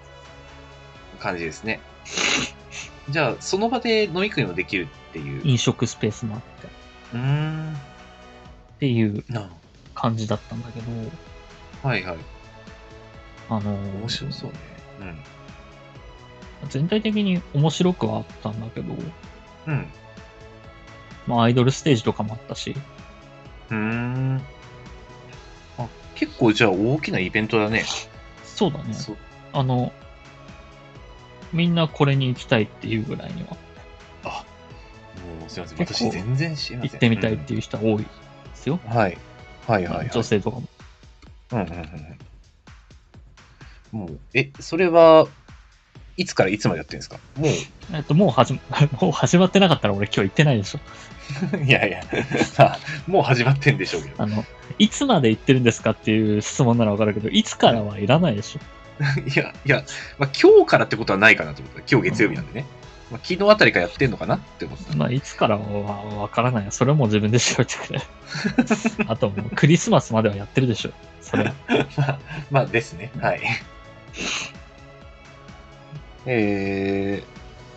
[SPEAKER 2] 感じですね。じゃあ、その場で飲み食いもできるっていう。
[SPEAKER 1] 飲食スペースもあって、っ
[SPEAKER 2] うーん。
[SPEAKER 1] ていう
[SPEAKER 2] な
[SPEAKER 1] 感じだったんだけど、
[SPEAKER 2] はいはい。
[SPEAKER 1] あの、
[SPEAKER 2] 面白そうね。うん。
[SPEAKER 1] 全体的に面白くはあったんだけど、
[SPEAKER 2] うん。
[SPEAKER 1] まあアイドルステージとかもあったし、
[SPEAKER 2] うーん。あ、結構じゃあ大きなイベントだね。
[SPEAKER 1] そうだね。
[SPEAKER 2] そう。
[SPEAKER 1] あの、みんなこれに行きたいっていうぐらいには、
[SPEAKER 2] もうすいません。
[SPEAKER 1] 結構
[SPEAKER 2] 私全然知りません。
[SPEAKER 1] 行ってみたいっていう人は多いですよ。
[SPEAKER 2] うんはい。はいはいはい。
[SPEAKER 1] 女性とかも。
[SPEAKER 2] うんうんうんうん。もう、え、それは、いつからいつまでやってるんですかも
[SPEAKER 1] えっと、もう始ま、 (laughs) もう始まってなかったら俺今日行ってないでしょ。
[SPEAKER 2] う、いやいや、まあもう始まってんでしょうけど。
[SPEAKER 1] あの、いつまで行ってるんですかっていう質問ならわかるけど、いつからはいらないでしょ。
[SPEAKER 2] (laughs) いや、いや、まあ、今日からってことはないかなと思った。今日月曜日なんでね。まあ、昨日あたりからやってんのかなって思った。
[SPEAKER 1] まあ、いつからはわからない。それも自分で調べて
[SPEAKER 2] (laughs)
[SPEAKER 1] くれ。あともうクリスマスまではやってるでしょ。そ
[SPEAKER 2] (laughs)
[SPEAKER 1] れ。
[SPEAKER 2] まあ、まあですね。はい。え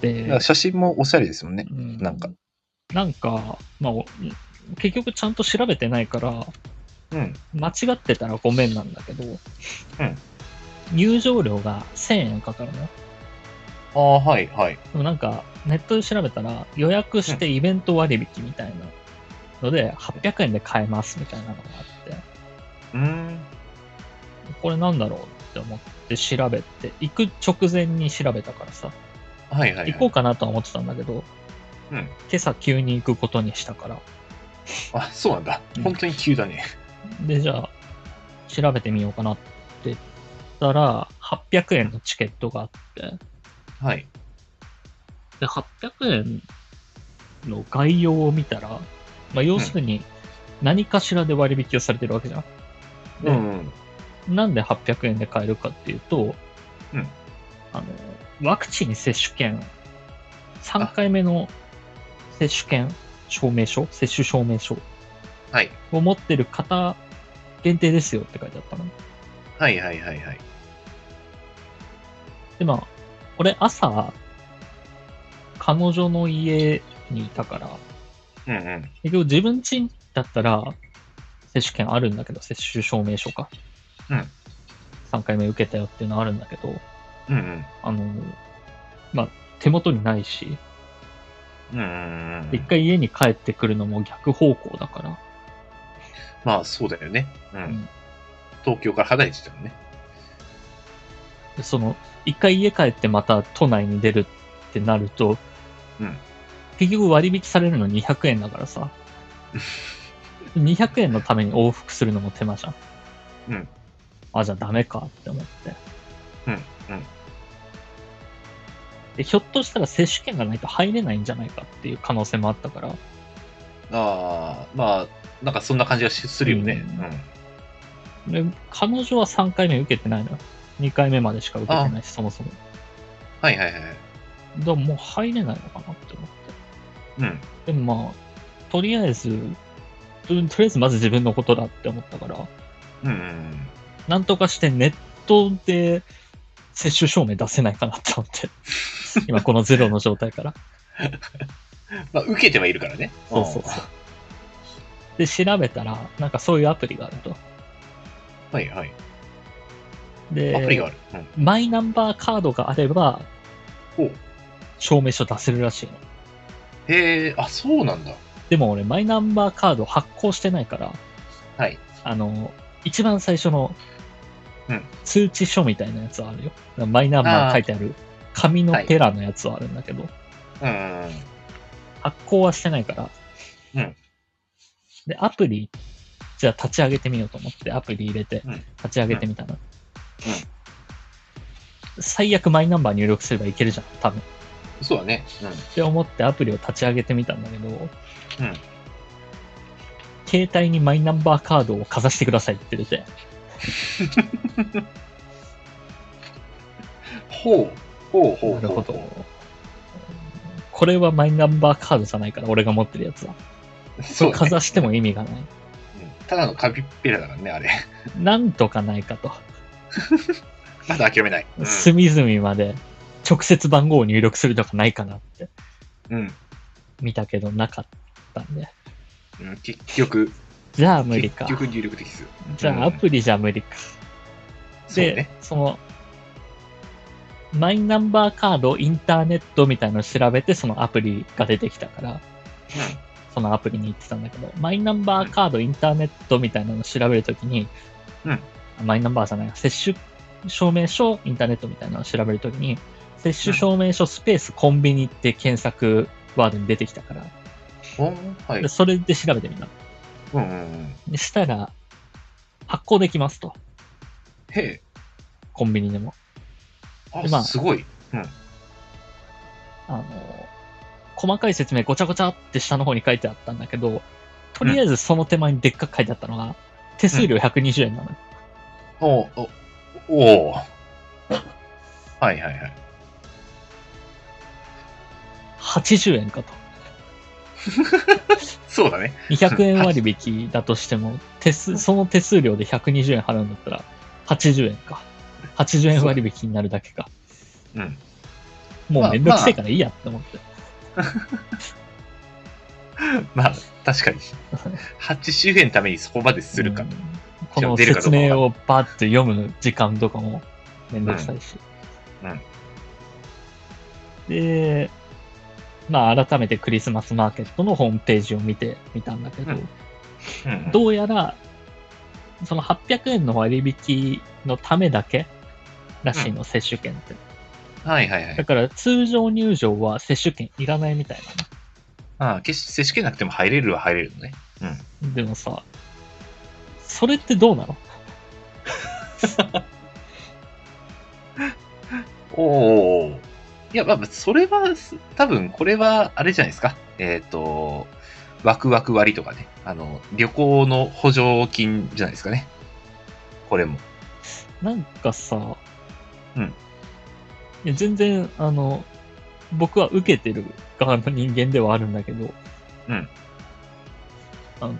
[SPEAKER 2] ー、
[SPEAKER 1] で、
[SPEAKER 2] 写真もおしゃれですもんね。
[SPEAKER 1] う
[SPEAKER 2] なんか。
[SPEAKER 1] なんか、まあ、お結局ちゃんと調べてないから、
[SPEAKER 2] うん。
[SPEAKER 1] 間違ってたらごめんなんだけど、入場料が1000円かかるのよ。
[SPEAKER 2] ああ、はい、はい。
[SPEAKER 1] でもなんか、ネットで調べたら、予約してイベント割引みたいなので、800円で買えますみたいなのがあって、
[SPEAKER 2] うーん。
[SPEAKER 1] これなんだろうって思って調べて、行く直前に調べたからさ、
[SPEAKER 2] はい、はい、はい。
[SPEAKER 1] 行こうかなとは思ってたんだけど、
[SPEAKER 2] うん
[SPEAKER 1] 今朝急に行くことにしたから、
[SPEAKER 2] あ、そうなんだ
[SPEAKER 1] う。ん
[SPEAKER 2] 本当に急だね。
[SPEAKER 1] で、じゃあ、調べてみようかなって言ったら、800円のチケットがあって、
[SPEAKER 2] はい。
[SPEAKER 1] で、800円の概要を見たら、まあ、要するに何かしらで割引をされてるわけじゃん。
[SPEAKER 2] う
[SPEAKER 1] で
[SPEAKER 2] ん、うん。
[SPEAKER 1] なんで800円で買えるかっていうと、
[SPEAKER 2] うん
[SPEAKER 1] あの、ワクチン接種券、3回目の接種券、証明書、接種証明書
[SPEAKER 2] はい。
[SPEAKER 1] を持ってる方限定ですよって書いてあったの。
[SPEAKER 2] はいはいはいはい。
[SPEAKER 1] で、まあ、俺朝、彼女の家にいたから、
[SPEAKER 2] うんうん。
[SPEAKER 1] 結局自分ちだったら、接種券あるんだけど、接種証明書か。
[SPEAKER 2] うん。
[SPEAKER 1] 3回目受けたよっていうのはあるんだけど、
[SPEAKER 2] うん
[SPEAKER 1] あの、まあ、手元にないし、
[SPEAKER 2] うん。うんうんうん。
[SPEAKER 1] 一。回家に帰ってくるのも逆方向だから、
[SPEAKER 2] まあそうだよね。うん。
[SPEAKER 1] ん
[SPEAKER 2] 東京から離れてたのね。
[SPEAKER 1] でその、一回家帰ってまた都内に出るってなると、
[SPEAKER 2] うん
[SPEAKER 1] 結局割引されるの200円だから
[SPEAKER 2] (laughs)
[SPEAKER 1] さ、200円のために往復するのも手間じゃん。
[SPEAKER 2] うん。
[SPEAKER 1] あ、じゃあダメかって思って。
[SPEAKER 2] うんうん。
[SPEAKER 1] でひょっとしたら接種券がないと入れないんじゃないかっていう可能性もあったから、
[SPEAKER 2] ああ、まあ、なんかそんな感じがしするよね。
[SPEAKER 1] う
[SPEAKER 2] うんん。
[SPEAKER 1] で彼女は3回目受けてないのよ。2回目までしか受けてないし、そもそも。
[SPEAKER 2] はいはいはいはい。
[SPEAKER 1] でももう入れないのかなって思っ
[SPEAKER 2] うん。
[SPEAKER 1] て。でもまあ、とりあえず、とりとりあえずまず自分のことだって思ったから、
[SPEAKER 2] うんうんうん。
[SPEAKER 1] なんとかしてネットで接種証明出せないかなって思っ
[SPEAKER 2] (laughs)
[SPEAKER 1] て。今このゼロの状態から。
[SPEAKER 2] まあ受けてはいるからね。
[SPEAKER 1] そうそうそう。で、調べたら、なんかそういうアプリがあると。
[SPEAKER 2] うんはいはい。
[SPEAKER 1] で、
[SPEAKER 2] アプリがある。うん。
[SPEAKER 1] マイナンバーカードがあれば、
[SPEAKER 2] おう
[SPEAKER 1] 証明書出せるらしいの。
[SPEAKER 2] へえ、あ、そうなんだ。
[SPEAKER 1] でも俺、マイナンバーカード発行してないから、
[SPEAKER 2] はい。
[SPEAKER 1] あの、一番最初の
[SPEAKER 2] うん
[SPEAKER 1] 通知書みたいなやつはあるよ。マイナンバー書いてある紙のペラのやつはあるんだけど、
[SPEAKER 2] うんうんうん。
[SPEAKER 1] 発行はしてないから。
[SPEAKER 2] うん
[SPEAKER 1] で、アプリ、じゃあ立ち上げてみようと思って、アプリ入れて
[SPEAKER 2] うん
[SPEAKER 1] 立ち上げてみたの。最悪マイナンバー入力すればいけるじゃん、多分。
[SPEAKER 2] そうだね。
[SPEAKER 1] って思ってアプリを立ち上げてみたんだけど、
[SPEAKER 2] うん。うん。
[SPEAKER 1] 携帯にマイナンバーカードをかざしてくださいって出て、
[SPEAKER 2] ほう。ほうほうほ
[SPEAKER 1] な
[SPEAKER 2] う。
[SPEAKER 1] るほど。これはマイナンバーカードじゃないから、俺が持ってるやつは。
[SPEAKER 2] そうだ
[SPEAKER 1] か
[SPEAKER 2] ね。
[SPEAKER 1] ざしても意味がない。
[SPEAKER 2] うんただの紙っぺらだからね、あれ。 (laughs)
[SPEAKER 1] なんとかないかと。
[SPEAKER 2] まだ諦めない。うん
[SPEAKER 1] 隅々まで直接番号を入力するとかないかなって
[SPEAKER 2] うん。
[SPEAKER 1] 見たけどなかったんで。
[SPEAKER 2] うん結局、
[SPEAKER 1] じゃあ無理か。
[SPEAKER 2] 結局入力できず。
[SPEAKER 1] じゃあアプリじゃ無理か。
[SPEAKER 2] そう
[SPEAKER 1] で、
[SPEAKER 2] ね。
[SPEAKER 1] その、マイナンバーカードインターネットみたいなのを調べて、そのアプリが出てきたから、そのアプリに行ってたんだけど、マイナンバーカードインターネットみたいなのを調べるときに、
[SPEAKER 2] うん
[SPEAKER 1] マイナンバーじゃない、接種証明書インターネットみたいなのを調べるときに、接種証明書スペースコンビニって検索ワードに出てきたから、
[SPEAKER 2] うん。おはい
[SPEAKER 1] で。それで調べてみたの。
[SPEAKER 2] うんうんうん。
[SPEAKER 1] でしたら、発行できますと、
[SPEAKER 2] へえ。
[SPEAKER 1] コンビニでも。
[SPEAKER 2] あ、
[SPEAKER 1] でまあ
[SPEAKER 2] すごい。
[SPEAKER 1] あの、細かい説明ごちゃごちゃって下の方に書いてあったんだけど、とりあえずその手前にでっかく書いてあったのが、手数料120円なのよ。
[SPEAKER 2] おおおおはいはいはい。
[SPEAKER 1] 80円かと。
[SPEAKER 2] そうだね。
[SPEAKER 1] 200円
[SPEAKER 2] (laughs)
[SPEAKER 1] 割引だとしても、手数、その手数料で120円払うんだったら、80円か。80円割引になるだけか。
[SPEAKER 2] うん。
[SPEAKER 1] もうめんどくせえからいいやって思って。
[SPEAKER 2] まあ、確
[SPEAKER 1] (laughs)
[SPEAKER 2] かに。8周辺のためにそこまでするか。
[SPEAKER 1] うん
[SPEAKER 2] し
[SPEAKER 1] こ
[SPEAKER 2] かも
[SPEAKER 1] の
[SPEAKER 2] 出るかど
[SPEAKER 1] 説
[SPEAKER 2] うかわかんない
[SPEAKER 1] 明をバーッと読む時間とかもめんどくさいし。
[SPEAKER 2] うんうん
[SPEAKER 1] で、まあ改めてクリスマスマーケットのホームページを見てみたんだけど、
[SPEAKER 2] うんうん
[SPEAKER 1] どうやらその800円の割引のためだけらしいの、接種券って。
[SPEAKER 2] はいはいは
[SPEAKER 1] だ
[SPEAKER 2] い。
[SPEAKER 1] から通常入場は接種券いらないみたいなの
[SPEAKER 2] ああ、決して接種券なくても入れるは入れるのね。うん。
[SPEAKER 1] でもさ、それってどうなの
[SPEAKER 2] おお。いや、まあ、それはす、多分これは、あれじゃないですか。えっ、と、ワクワク割とかね。あの、旅行の補助金じゃないですかね。これも。
[SPEAKER 1] なんかさ、
[SPEAKER 2] うん
[SPEAKER 1] いや全然、あの、僕は受けてる側の人間ではあるんだけど、
[SPEAKER 2] うん
[SPEAKER 1] あの、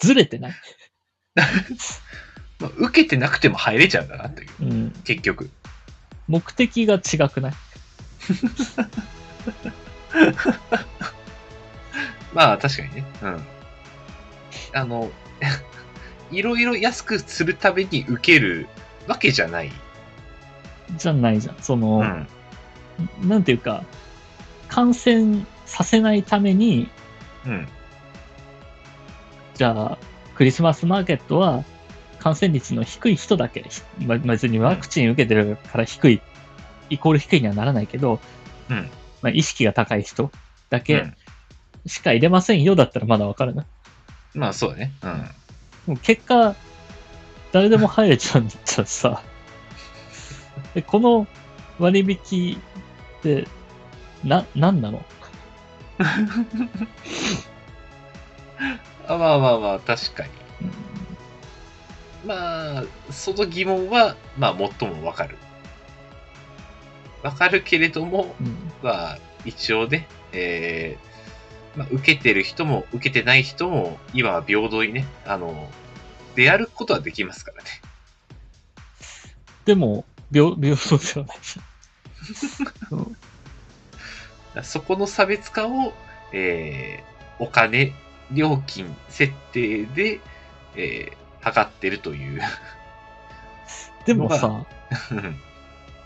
[SPEAKER 1] ずれてない。
[SPEAKER 2] まあ、受けてなくても入れちゃうんだなっていう、
[SPEAKER 1] うん。
[SPEAKER 2] 結局。
[SPEAKER 1] 目的が違くない。
[SPEAKER 2] まあ、確かにね。うん。あの、 (laughs) いろいろ安くするために受けるわけじゃない。
[SPEAKER 1] じゃないじゃん。その
[SPEAKER 2] う、ん。
[SPEAKER 1] なんていうか、感染させないために、
[SPEAKER 2] うん。
[SPEAKER 1] じゃあ、クリスマスマーケットは、感染率の低い人だけ、ひま別にワクチン受けてるから低い、イコール低いにはならないけど、
[SPEAKER 2] うん。
[SPEAKER 1] まあ、意識が高い人だ
[SPEAKER 2] う
[SPEAKER 1] け
[SPEAKER 2] ん
[SPEAKER 1] しか入れませんよだったらまだわかるな。
[SPEAKER 2] まあ、そうだね。うん。
[SPEAKER 1] もう結果、誰でも入れちゃうんだったらさ、でこの割引って、な、なんなの
[SPEAKER 2] あまあまあまあ、確かに。
[SPEAKER 1] うん
[SPEAKER 2] まあ、その疑問は、まあ、最もわかる。わかるけれども、
[SPEAKER 1] うん
[SPEAKER 2] まあ、一応ね、えーまあ、受けてる人も受けてない人も、今は平等にね、あの、出歩くことはできますからね。
[SPEAKER 1] でも、平平等で
[SPEAKER 2] (laughs)
[SPEAKER 1] はないじゃんうん。
[SPEAKER 2] そこの差別化を、えーお金、料金、設定で、えー測ってるという。
[SPEAKER 1] でもさ、
[SPEAKER 2] うん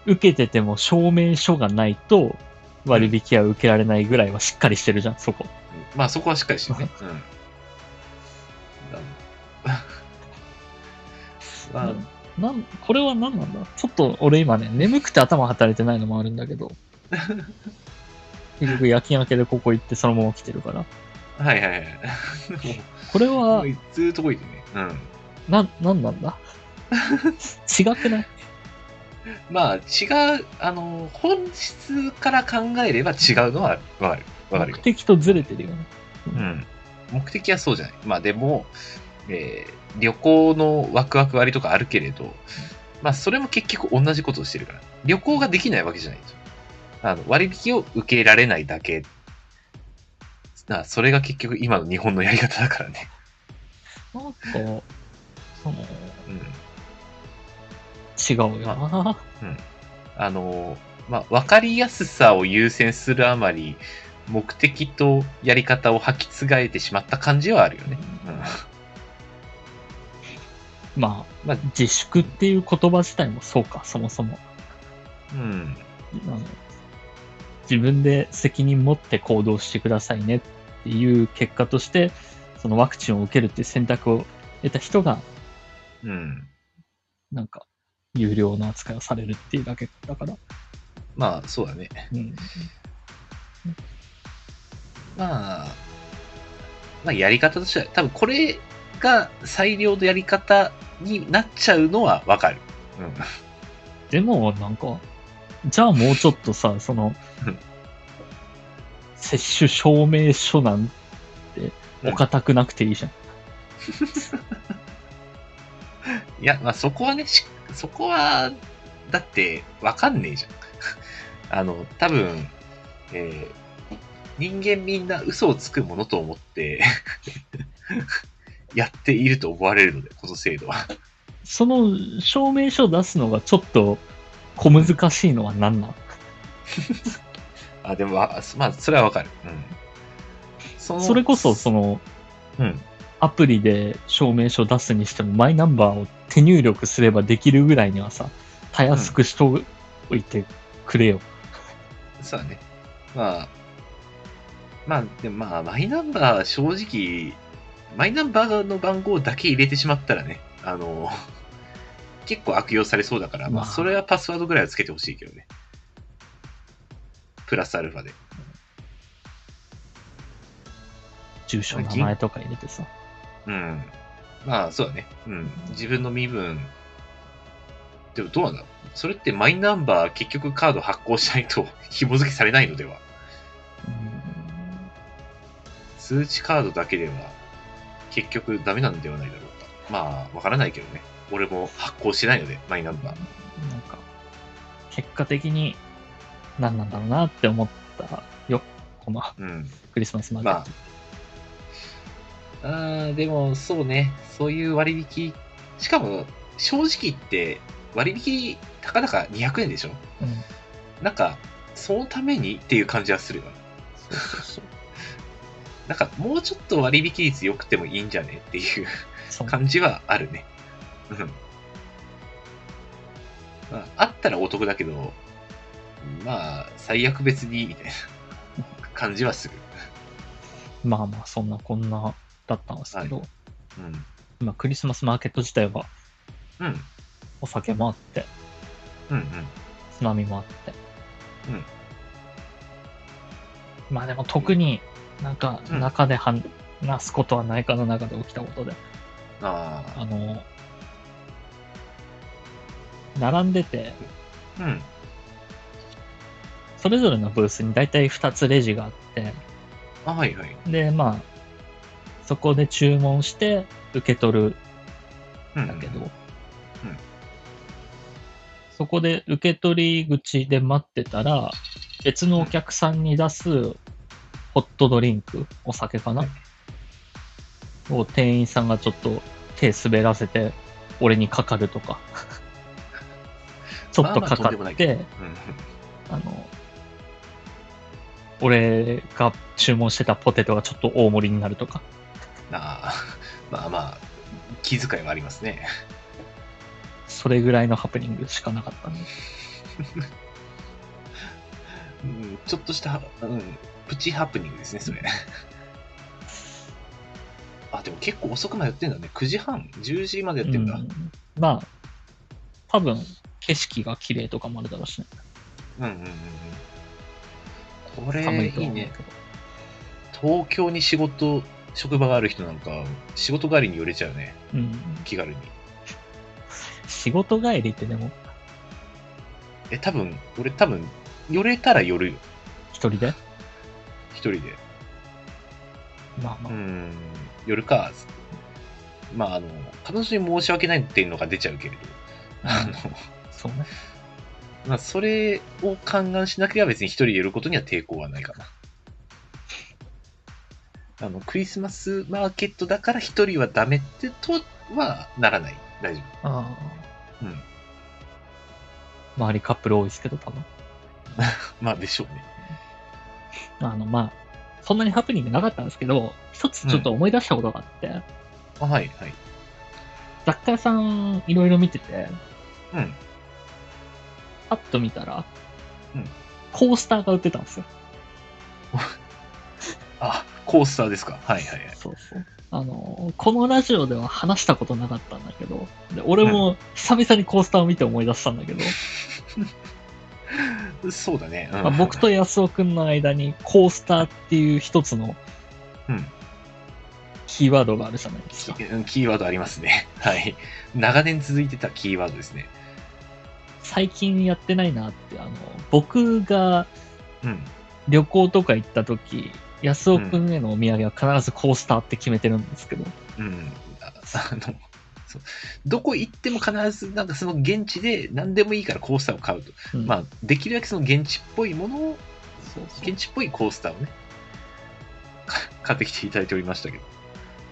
[SPEAKER 1] 受けてても証明書がないと割引は受けられないぐらいはしっかりしてるじゃん、そこ。
[SPEAKER 2] まあそこはしっかりしてね。うん。 (laughs) まあ、
[SPEAKER 1] なんこれは何なんだちょっと俺今ね、眠くて頭働いてないのもあるんだけど。結局夜勤明けでここ行ってそのまま来てるから。
[SPEAKER 2] はいはいはい。
[SPEAKER 1] これ
[SPEAKER 2] も
[SPEAKER 1] は
[SPEAKER 2] う、ずーっとこいてね。うん。
[SPEAKER 1] な、何なんだ違くない
[SPEAKER 2] まあ違う、あの、本質から考えれば違うのはわかる。 (laughs) わかる
[SPEAKER 1] 目
[SPEAKER 2] よ。
[SPEAKER 1] 的とずれてるよね。
[SPEAKER 2] うん。目的はそうじゃない。まあでも、えー旅行のワクワク割とかあるけれど、まあそれも結局同じことをしてるから。旅行ができないわけじゃないんですよあの割引を受けられないだけ。なそれが結局今の日本のやり方だからね。
[SPEAKER 1] なんか、その、
[SPEAKER 2] うん。
[SPEAKER 1] 違うよな。
[SPEAKER 2] あの、まあ分かりやすさを優先するあまり、目的とやり方を履き違えてしまった感じはあるよね。うん
[SPEAKER 1] ま
[SPEAKER 2] まあ
[SPEAKER 1] あ、自粛っていう言葉自体もそうか、そもそも。
[SPEAKER 2] うん。
[SPEAKER 1] あの自分で責任持って行動してくださいねっていう結果として、そのワクチンを受けるっていう選択を得た人が、
[SPEAKER 2] うん。
[SPEAKER 1] なんか、有料な扱いをされるっていうだけだから。
[SPEAKER 2] まあ、そうだね。
[SPEAKER 1] うん。
[SPEAKER 2] まあ、まあ、やり方としては、多分これが最良のやり方になっちゃうのはわかる。うん。
[SPEAKER 1] でも、なんか、じゃあもうちょっとさ、その
[SPEAKER 2] うん、
[SPEAKER 1] 接種証明書なんて、
[SPEAKER 2] うん
[SPEAKER 1] お堅くなくていいじゃん。
[SPEAKER 2] いや、まあ、そこはね、しそこは、だって、わかんねえ (laughs) じゃん。あの、多分、えー人間みんな嘘をつくものと思って、 (laughs) やっていると思われるので、この制度は。
[SPEAKER 1] その証明書出すのがちょっと小難しいのは何なの
[SPEAKER 2] あ、でも、あまあ、それはわかる。うん。その
[SPEAKER 1] それこそ、その、
[SPEAKER 2] うん。
[SPEAKER 1] アプリで証明書出すにしても、マイナンバーを手入力すればできるぐらいにはさ、たやすくしといてくれよ。
[SPEAKER 2] そうだね。まあ、まあ、でもまあ、マイナンバー、正直、マイナンバーの番号だけ入れてしまったらね、あの、 (laughs) 結構悪用されそうだから、まあ、
[SPEAKER 1] まあ
[SPEAKER 2] それはパスワードぐらいはつけてほしいけどね。プラスアルファで。
[SPEAKER 1] 住所、
[SPEAKER 2] まあ
[SPEAKER 1] 名前とか入れてさ。
[SPEAKER 2] うん。まあ、そうだね。うん。自分の身分。でもどうなんだろうそれってマイナンバー結局カード発行しないと (laughs) 紐付けされないのでは
[SPEAKER 1] うん
[SPEAKER 2] 通知カードだけでは結局ダメなんではないだろうか。まあ、わからないけどね。俺も発行してないので、マイナンバー。
[SPEAKER 1] なんか、結果的に何なんだろうなって思ったよ。この
[SPEAKER 2] うん。
[SPEAKER 1] クリスマスまで。
[SPEAKER 2] まあ。あーでも、そうね。そういう割引。しかも、正直言って、割引、たかだか200円でしょ
[SPEAKER 1] うん、
[SPEAKER 2] なんか、そのためにっていう感じはするよな。
[SPEAKER 1] そうそうそう。
[SPEAKER 2] (laughs) なんか、もうちょっと割引率良くてもいいんじゃねっていう
[SPEAKER 1] そう
[SPEAKER 2] 感じはあるね。うん。まあ、あったらお得だけど、まあ、最悪別に、みたいな (laughs) 感じはする。
[SPEAKER 1] まあまあ、そんなこんなだったんですけど、
[SPEAKER 2] うん。
[SPEAKER 1] まあ、クリスマスマーケット自体は
[SPEAKER 2] うん。
[SPEAKER 1] お酒もあって、
[SPEAKER 2] うん。うん。
[SPEAKER 1] 津波もあって。
[SPEAKER 2] うん
[SPEAKER 1] まあでも特になんか
[SPEAKER 2] うん
[SPEAKER 1] 中で話すことはないかの中で起きたことで、
[SPEAKER 2] あ
[SPEAKER 1] あの、並んでて、
[SPEAKER 2] あ。うん。
[SPEAKER 1] それぞれのブースに大体2つレジがあって、
[SPEAKER 2] あ、はいはい。
[SPEAKER 1] で、まあ、そこで注文して受け取る
[SPEAKER 2] うん。
[SPEAKER 1] んだけど、
[SPEAKER 2] うん
[SPEAKER 1] そこで受け取り口で待ってたら、別のお客さんに出すホットドリンク、お酒かな、
[SPEAKER 2] はい
[SPEAKER 1] を店員さんがちょっと手滑らせて、俺にかかると
[SPEAKER 2] (laughs)
[SPEAKER 1] か、ちょっとか
[SPEAKER 2] まあまあとん
[SPEAKER 1] か
[SPEAKER 2] でもな
[SPEAKER 1] っ
[SPEAKER 2] い
[SPEAKER 1] て、
[SPEAKER 2] うん。
[SPEAKER 1] あの、俺が注文してたポテトがちょっと大盛りになるとか。
[SPEAKER 2] ああ。 (laughs) まあまあ、気遣いはありますね。
[SPEAKER 1] それぐらいのハプニングしかなかったんで。
[SPEAKER 2] うん。ちょっとした、うん。プチハプニングですね、
[SPEAKER 1] (laughs)
[SPEAKER 2] それ。あ、でも結構遅くまでやってんだね。9時半、10時までやってんだ。
[SPEAKER 1] うんまあ、多分、景色が綺麗とかもあるだろうしね。
[SPEAKER 2] うんうんうんうん。これ、
[SPEAKER 1] 寒
[SPEAKER 2] い
[SPEAKER 1] いとは思
[SPEAKER 2] いう
[SPEAKER 1] けど
[SPEAKER 2] ね。東京に仕事、職場がある人なんか、仕事帰りに寄れちゃうね。
[SPEAKER 1] うん。
[SPEAKER 2] 気軽に。
[SPEAKER 1] 仕事帰りってでも、
[SPEAKER 2] え、多分、俺多分、寄れたら寄るよ。
[SPEAKER 1] 一人で
[SPEAKER 2] 一人で。
[SPEAKER 1] まあ
[SPEAKER 2] う
[SPEAKER 1] まあ、
[SPEAKER 2] ん、寄るか、つってまあ、あの、彼女に申し訳ないっていうのが出ちゃうけれど。あの、
[SPEAKER 1] そうね。
[SPEAKER 2] まあ、それを勘案しなければ別に一人で寄ることには抵抗はないかな。あの、クリスマスマーケットだから一人はダメってとはならない。大丈夫。
[SPEAKER 1] ああ。
[SPEAKER 2] うん。
[SPEAKER 1] 周りカップル多いですけど、多分。
[SPEAKER 2] まあでしょうね。
[SPEAKER 1] あの、まあ、そんなにハプニングなかったんですけど、一つちょっと思い出したことがあって、
[SPEAKER 2] あはいはい。
[SPEAKER 1] 雑貨屋さんいろいろ見てて、
[SPEAKER 2] うん。
[SPEAKER 1] パッと見たら、
[SPEAKER 2] うん
[SPEAKER 1] コースターが売ってたんですよ。
[SPEAKER 2] あ、コースターですか。はいはいはい。
[SPEAKER 1] そうそう。あの、このラジオでは話したことなかったんだけど、で俺も久々にコースターを見て思い出したんだけど、
[SPEAKER 2] そうだね。うん
[SPEAKER 1] まあ、僕と安尾くんの間にコースターっていう一つの
[SPEAKER 2] うん
[SPEAKER 1] キーワードがあるじゃないです
[SPEAKER 2] キ
[SPEAKER 1] か。
[SPEAKER 2] ーキーワードありますね。 (laughs) はい。長年続いてたキーワードですね。
[SPEAKER 1] 最近やってないなって、あの、僕が
[SPEAKER 2] うん。
[SPEAKER 1] 旅行とか行った時、安尾くんへのお土産は必ずコースターって決めてるんですけど、
[SPEAKER 2] うん。ああの、そうどこ行っても必ず、なんかその現地で何でもいいからコースターを買うと。
[SPEAKER 1] うん
[SPEAKER 2] まあ、できるだけその現地っぽいものを、
[SPEAKER 1] そうそう
[SPEAKER 2] 現地っぽいコースターをね、か (laughs) 買ってきていただいておりましたけど。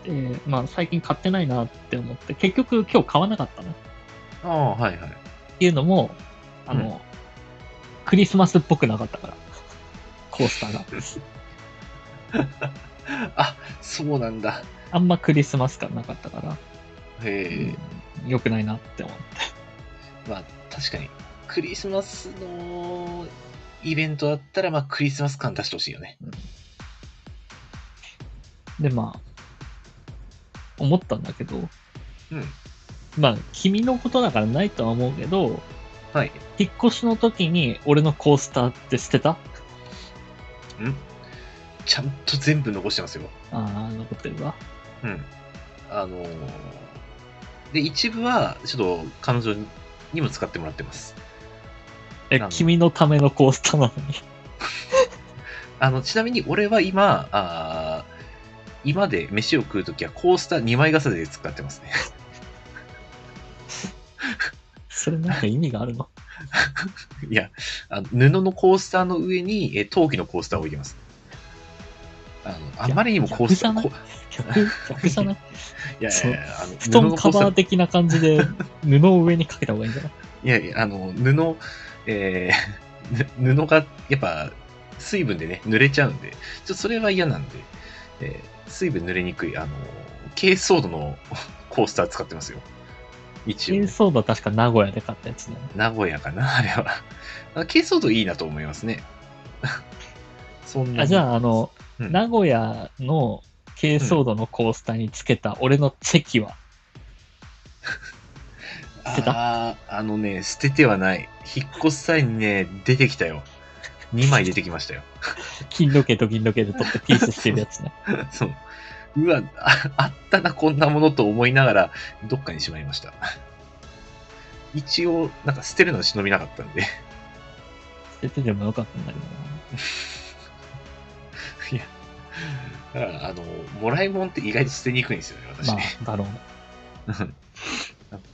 [SPEAKER 1] えーまあ最近買ってないなって思って、結局今日買わなかったなっ
[SPEAKER 2] ああ、はいはい。
[SPEAKER 1] ていうのも、あの、クリスマスっぽくなかったから、コースターが。 (laughs)
[SPEAKER 2] あ、そうなんだ。
[SPEAKER 1] あんまクリスマス感なかったから、
[SPEAKER 2] へえ。
[SPEAKER 1] 良くないなって思って。
[SPEAKER 2] まあ、確かに、クリスマスのイベントだったら、まあ、クリスマス感出してほしいよね。
[SPEAKER 1] で、まあ、思ったんだけど、
[SPEAKER 2] うん。
[SPEAKER 1] まあ、君のことだからないとは思うけど、
[SPEAKER 2] はい。
[SPEAKER 1] 引っ越しの時に俺のコースターって捨てた
[SPEAKER 2] んちゃんと全部残してますよ。
[SPEAKER 1] ああ、残ってるわ。
[SPEAKER 2] うん。あのーで、一部は、ちょっと、彼女にも使ってもらってます。
[SPEAKER 1] え
[SPEAKER 2] な、んだ
[SPEAKER 1] 君のためのコースターなの
[SPEAKER 2] (laughs)
[SPEAKER 1] に。
[SPEAKER 2] あの、ちなみに、俺は今、あー今で飯を食うときは、コースター2枚重ねで使ってますね。 (laughs)
[SPEAKER 1] それなんか意味があるの
[SPEAKER 2] いやあの、布のコースターの上に、えー陶器のコースターを置いてます。あの、あまりにもコースター、
[SPEAKER 1] 逆
[SPEAKER 2] こ
[SPEAKER 1] 逆逆じゃ
[SPEAKER 2] (laughs)
[SPEAKER 1] ない
[SPEAKER 2] いやいやいや、あの
[SPEAKER 1] 布団カバー
[SPEAKER 2] 布のコースター
[SPEAKER 1] 的な感じで布を上にかけた方がいいん
[SPEAKER 2] (laughs)
[SPEAKER 1] じゃない
[SPEAKER 2] いやいや、あの、布、えー (laughs) ぬ布が、やっぱ、水分でね、濡れちゃうんで、ちょっとそれは嫌なんで、えー水分濡れにくい、あの、ケースソードのコースター使ってますよ。一
[SPEAKER 1] チ
[SPEAKER 2] 応
[SPEAKER 1] ン
[SPEAKER 2] ね、
[SPEAKER 1] ソードは確か名古屋で買ったやつね。
[SPEAKER 2] 名古屋かな、あ (laughs) れは。あケースソードいいなと思いますね。 (laughs) そんなに
[SPEAKER 1] あじゃあ、あの、
[SPEAKER 2] うん
[SPEAKER 1] 名古屋の軽装度のコースターにつけた俺のチェキは、捨て
[SPEAKER 2] あーあのね、捨ててはない。引っ越す際にね、出てきたよ。2枚出てきましたよ。 (laughs)
[SPEAKER 1] 金時計と銀時計で取ってピースしてるやつね。
[SPEAKER 2] そう。うわあ、あったな、こんなものと思いながら、どっかにしまいました。一応、なんか捨てるの忍びなかったんで。 (laughs)
[SPEAKER 1] 捨ててでもよかったんだけど
[SPEAKER 2] いや、だからあの、もらいもんって意外と捨てにくいんですよね、私
[SPEAKER 1] な。ま
[SPEAKER 2] ね。
[SPEAKER 1] あ、だろうね。
[SPEAKER 2] (laughs) うん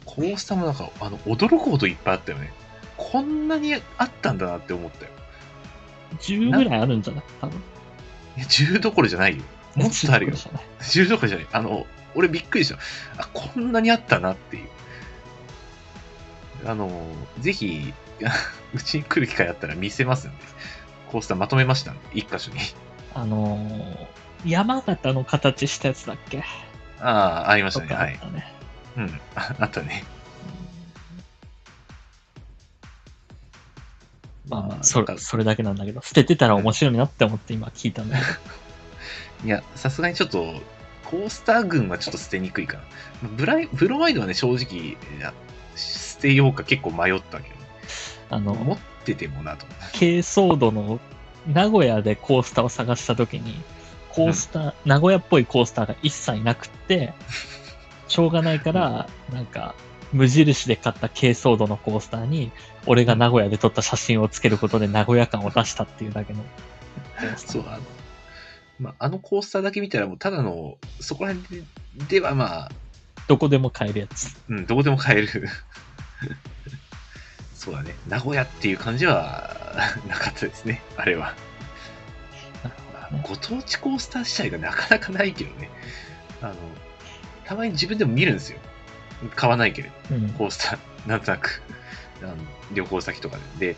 [SPEAKER 2] コースターもなんか、あの、驚くほどいっぱいあったよね。こんなにあったんだなって思ったよ。
[SPEAKER 1] 10ぐらいあるんじゃない多分。
[SPEAKER 2] いや10どころじゃないよ。もっとあるよ
[SPEAKER 1] 10。じゃない
[SPEAKER 2] 10どころじゃない。あの、俺びっくりした。あ、こんなにあったなっていう。あの、ぜひ、 (laughs) あうちに来る機会あったら見せますんで、コースターまとめましたんで、一箇所に。
[SPEAKER 1] あのー山形の形したやつだっけ
[SPEAKER 2] ああ、ありまし
[SPEAKER 1] と
[SPEAKER 2] たね。
[SPEAKER 1] かあ
[SPEAKER 2] は
[SPEAKER 1] っ
[SPEAKER 2] い。
[SPEAKER 1] たね。
[SPEAKER 2] うん。ああったね。
[SPEAKER 1] まあま
[SPEAKER 2] あ
[SPEAKER 1] あ、そ
[SPEAKER 2] なん
[SPEAKER 1] れ、
[SPEAKER 2] か
[SPEAKER 1] それだけなんだけど、捨ててたら面白いなって思って今聞いたんだ
[SPEAKER 2] (laughs)
[SPEAKER 1] けど。
[SPEAKER 2] いや、さすがにちょっと、コースター群はちょっと捨てにくいかな。ブライブロマイドはね、正直、いや捨てようか結構迷ったけ
[SPEAKER 1] あ
[SPEAKER 2] ど、持
[SPEAKER 1] の
[SPEAKER 2] っ、ててもなと思って。
[SPEAKER 1] 軽装度の名古屋でコースターを探した時に、コースター、名古屋っぽいコースターが一切なくって、しょうがないから、なんか、無印で買った軽装度のコースターに、俺が名古屋で撮った写真をつけることで名古屋感を出したっていうだけのコースター。
[SPEAKER 2] そう、あの、まあ、あのコースターだけ見たら、もうただの、そこら辺でではまあ、
[SPEAKER 1] どこでも買えるやつ。
[SPEAKER 2] うん、どこでも買える。 (laughs) そうだね。名古屋っていう感じは (laughs) なかったですね、あれは。
[SPEAKER 1] なるほ
[SPEAKER 2] まあ
[SPEAKER 1] どね
[SPEAKER 2] ご当地コースター自体がなかなかないけどね。あの、たまに自分でも見るんですよ。買わないけれど、
[SPEAKER 1] うん
[SPEAKER 2] コースター、なんとなく。あの旅行先とかで。で、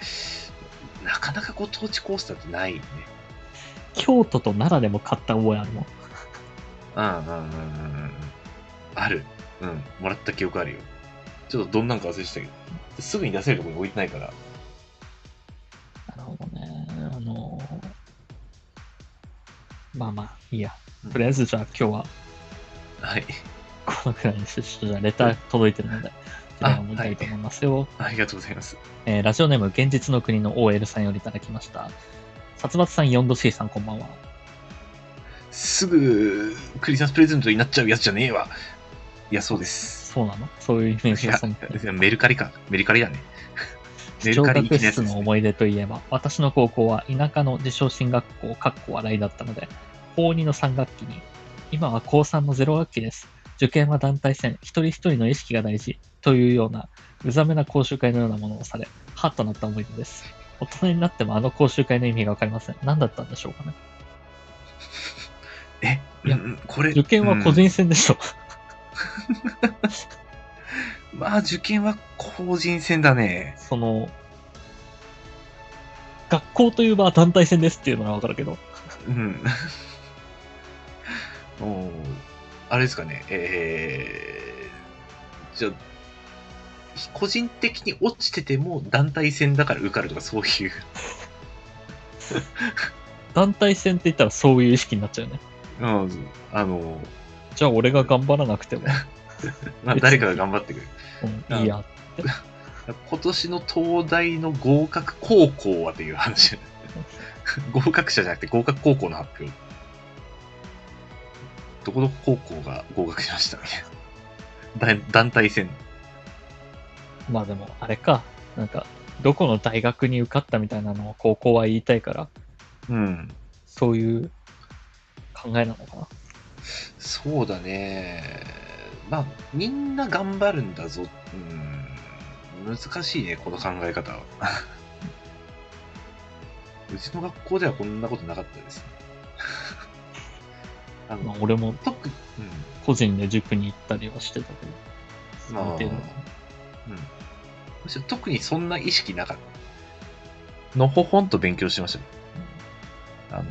[SPEAKER 2] なかなかご当地コースターってないね。
[SPEAKER 1] 京都と奈良でも買った覚えあるもん。
[SPEAKER 2] うんうんうんうんうん。ある。うん、もらった記憶あるよ。ちょっとどんなんか忘れてたけど。すぐに出せるところに置いてないから。
[SPEAKER 1] なるほどね。あのまあまあ、いいや
[SPEAKER 2] うん。
[SPEAKER 1] とりあえず、じゃあ今日は
[SPEAKER 2] はい。
[SPEAKER 1] このくらいにして、ちょっとじゃあレター届いてるので、こちらを見たいと思いますよ。
[SPEAKER 2] ありがとうございます。
[SPEAKER 1] えーラジオネーム、現実の国の OL さんよりいただきました。殺伐さん、4度 C さん、こんばんは。
[SPEAKER 2] すぐ、クリスマスプレゼントになっちゃうやつじゃねえわ。いや、そうです。
[SPEAKER 1] そうなのそういうイメー
[SPEAKER 2] い
[SPEAKER 1] ジ
[SPEAKER 2] や
[SPEAKER 1] がその
[SPEAKER 2] いやメルカリか。メルカリだね。メ
[SPEAKER 1] 小
[SPEAKER 2] ルカリ
[SPEAKER 1] 学
[SPEAKER 2] 行きのやつ
[SPEAKER 1] 室
[SPEAKER 2] です
[SPEAKER 1] の
[SPEAKER 2] ね。
[SPEAKER 1] 思い出といえば、私の高校は田舎の自称進学校、かっこ笑いだったので、高2の3学期に、今は高3の0学期です。受験は団体戦、一人一人の意識が大事というような、うざめな講習会のようなものをされ、ハッとなった思い出です。大人になってもあの講習会の意味がわかりません。何だったんでしょうかね。
[SPEAKER 2] え、
[SPEAKER 1] いや
[SPEAKER 2] うんこれ。
[SPEAKER 1] 受験は個
[SPEAKER 2] うん
[SPEAKER 1] 人戦でしょ。
[SPEAKER 2] まあ、受験は個人戦だね。
[SPEAKER 1] その、学校という場は団体戦ですっていうのはわかるけど、
[SPEAKER 2] うん。 (laughs) おーあれですかね。えー、じゃあ個人的に落ちてても団体戦だから受かるとかそういう。
[SPEAKER 1] 団体戦って言ったらそういう意識になっちゃうよね。
[SPEAKER 2] うん。 (laughs) あの、
[SPEAKER 1] じゃあ俺が頑張らなく
[SPEAKER 2] (laughs)
[SPEAKER 1] ても、
[SPEAKER 2] まあ、誰かが頑張ってくる。
[SPEAKER 1] うん、いいや。
[SPEAKER 2] 今年の東大の合格高校はという話。合格者じゃなくて合格高校の発表。どこどこ高校が合格しましたみたいな団団体戦。
[SPEAKER 1] まあでも、あれか。なんか、どこの大学に受かったみたいなのを高校は言いたいから、
[SPEAKER 2] うん。
[SPEAKER 1] そういう考えなのかな。
[SPEAKER 2] そうだね。まあ、みんな頑張るんだぞ。うん。難しいね、この考え方は。 (laughs) うちの学校ではこんなことなかったですね。 (laughs) あ
[SPEAKER 1] まあ
[SPEAKER 2] の、
[SPEAKER 1] 俺も
[SPEAKER 2] 特に、
[SPEAKER 1] 個人で塾に行ったりはしてたけ
[SPEAKER 2] うん。
[SPEAKER 1] ど、
[SPEAKER 2] まあ、
[SPEAKER 1] あ
[SPEAKER 2] う
[SPEAKER 1] る
[SPEAKER 2] ん
[SPEAKER 1] 程。
[SPEAKER 2] むしろ特にそんな意識なかった。のほほんと勉強してましたね。あの、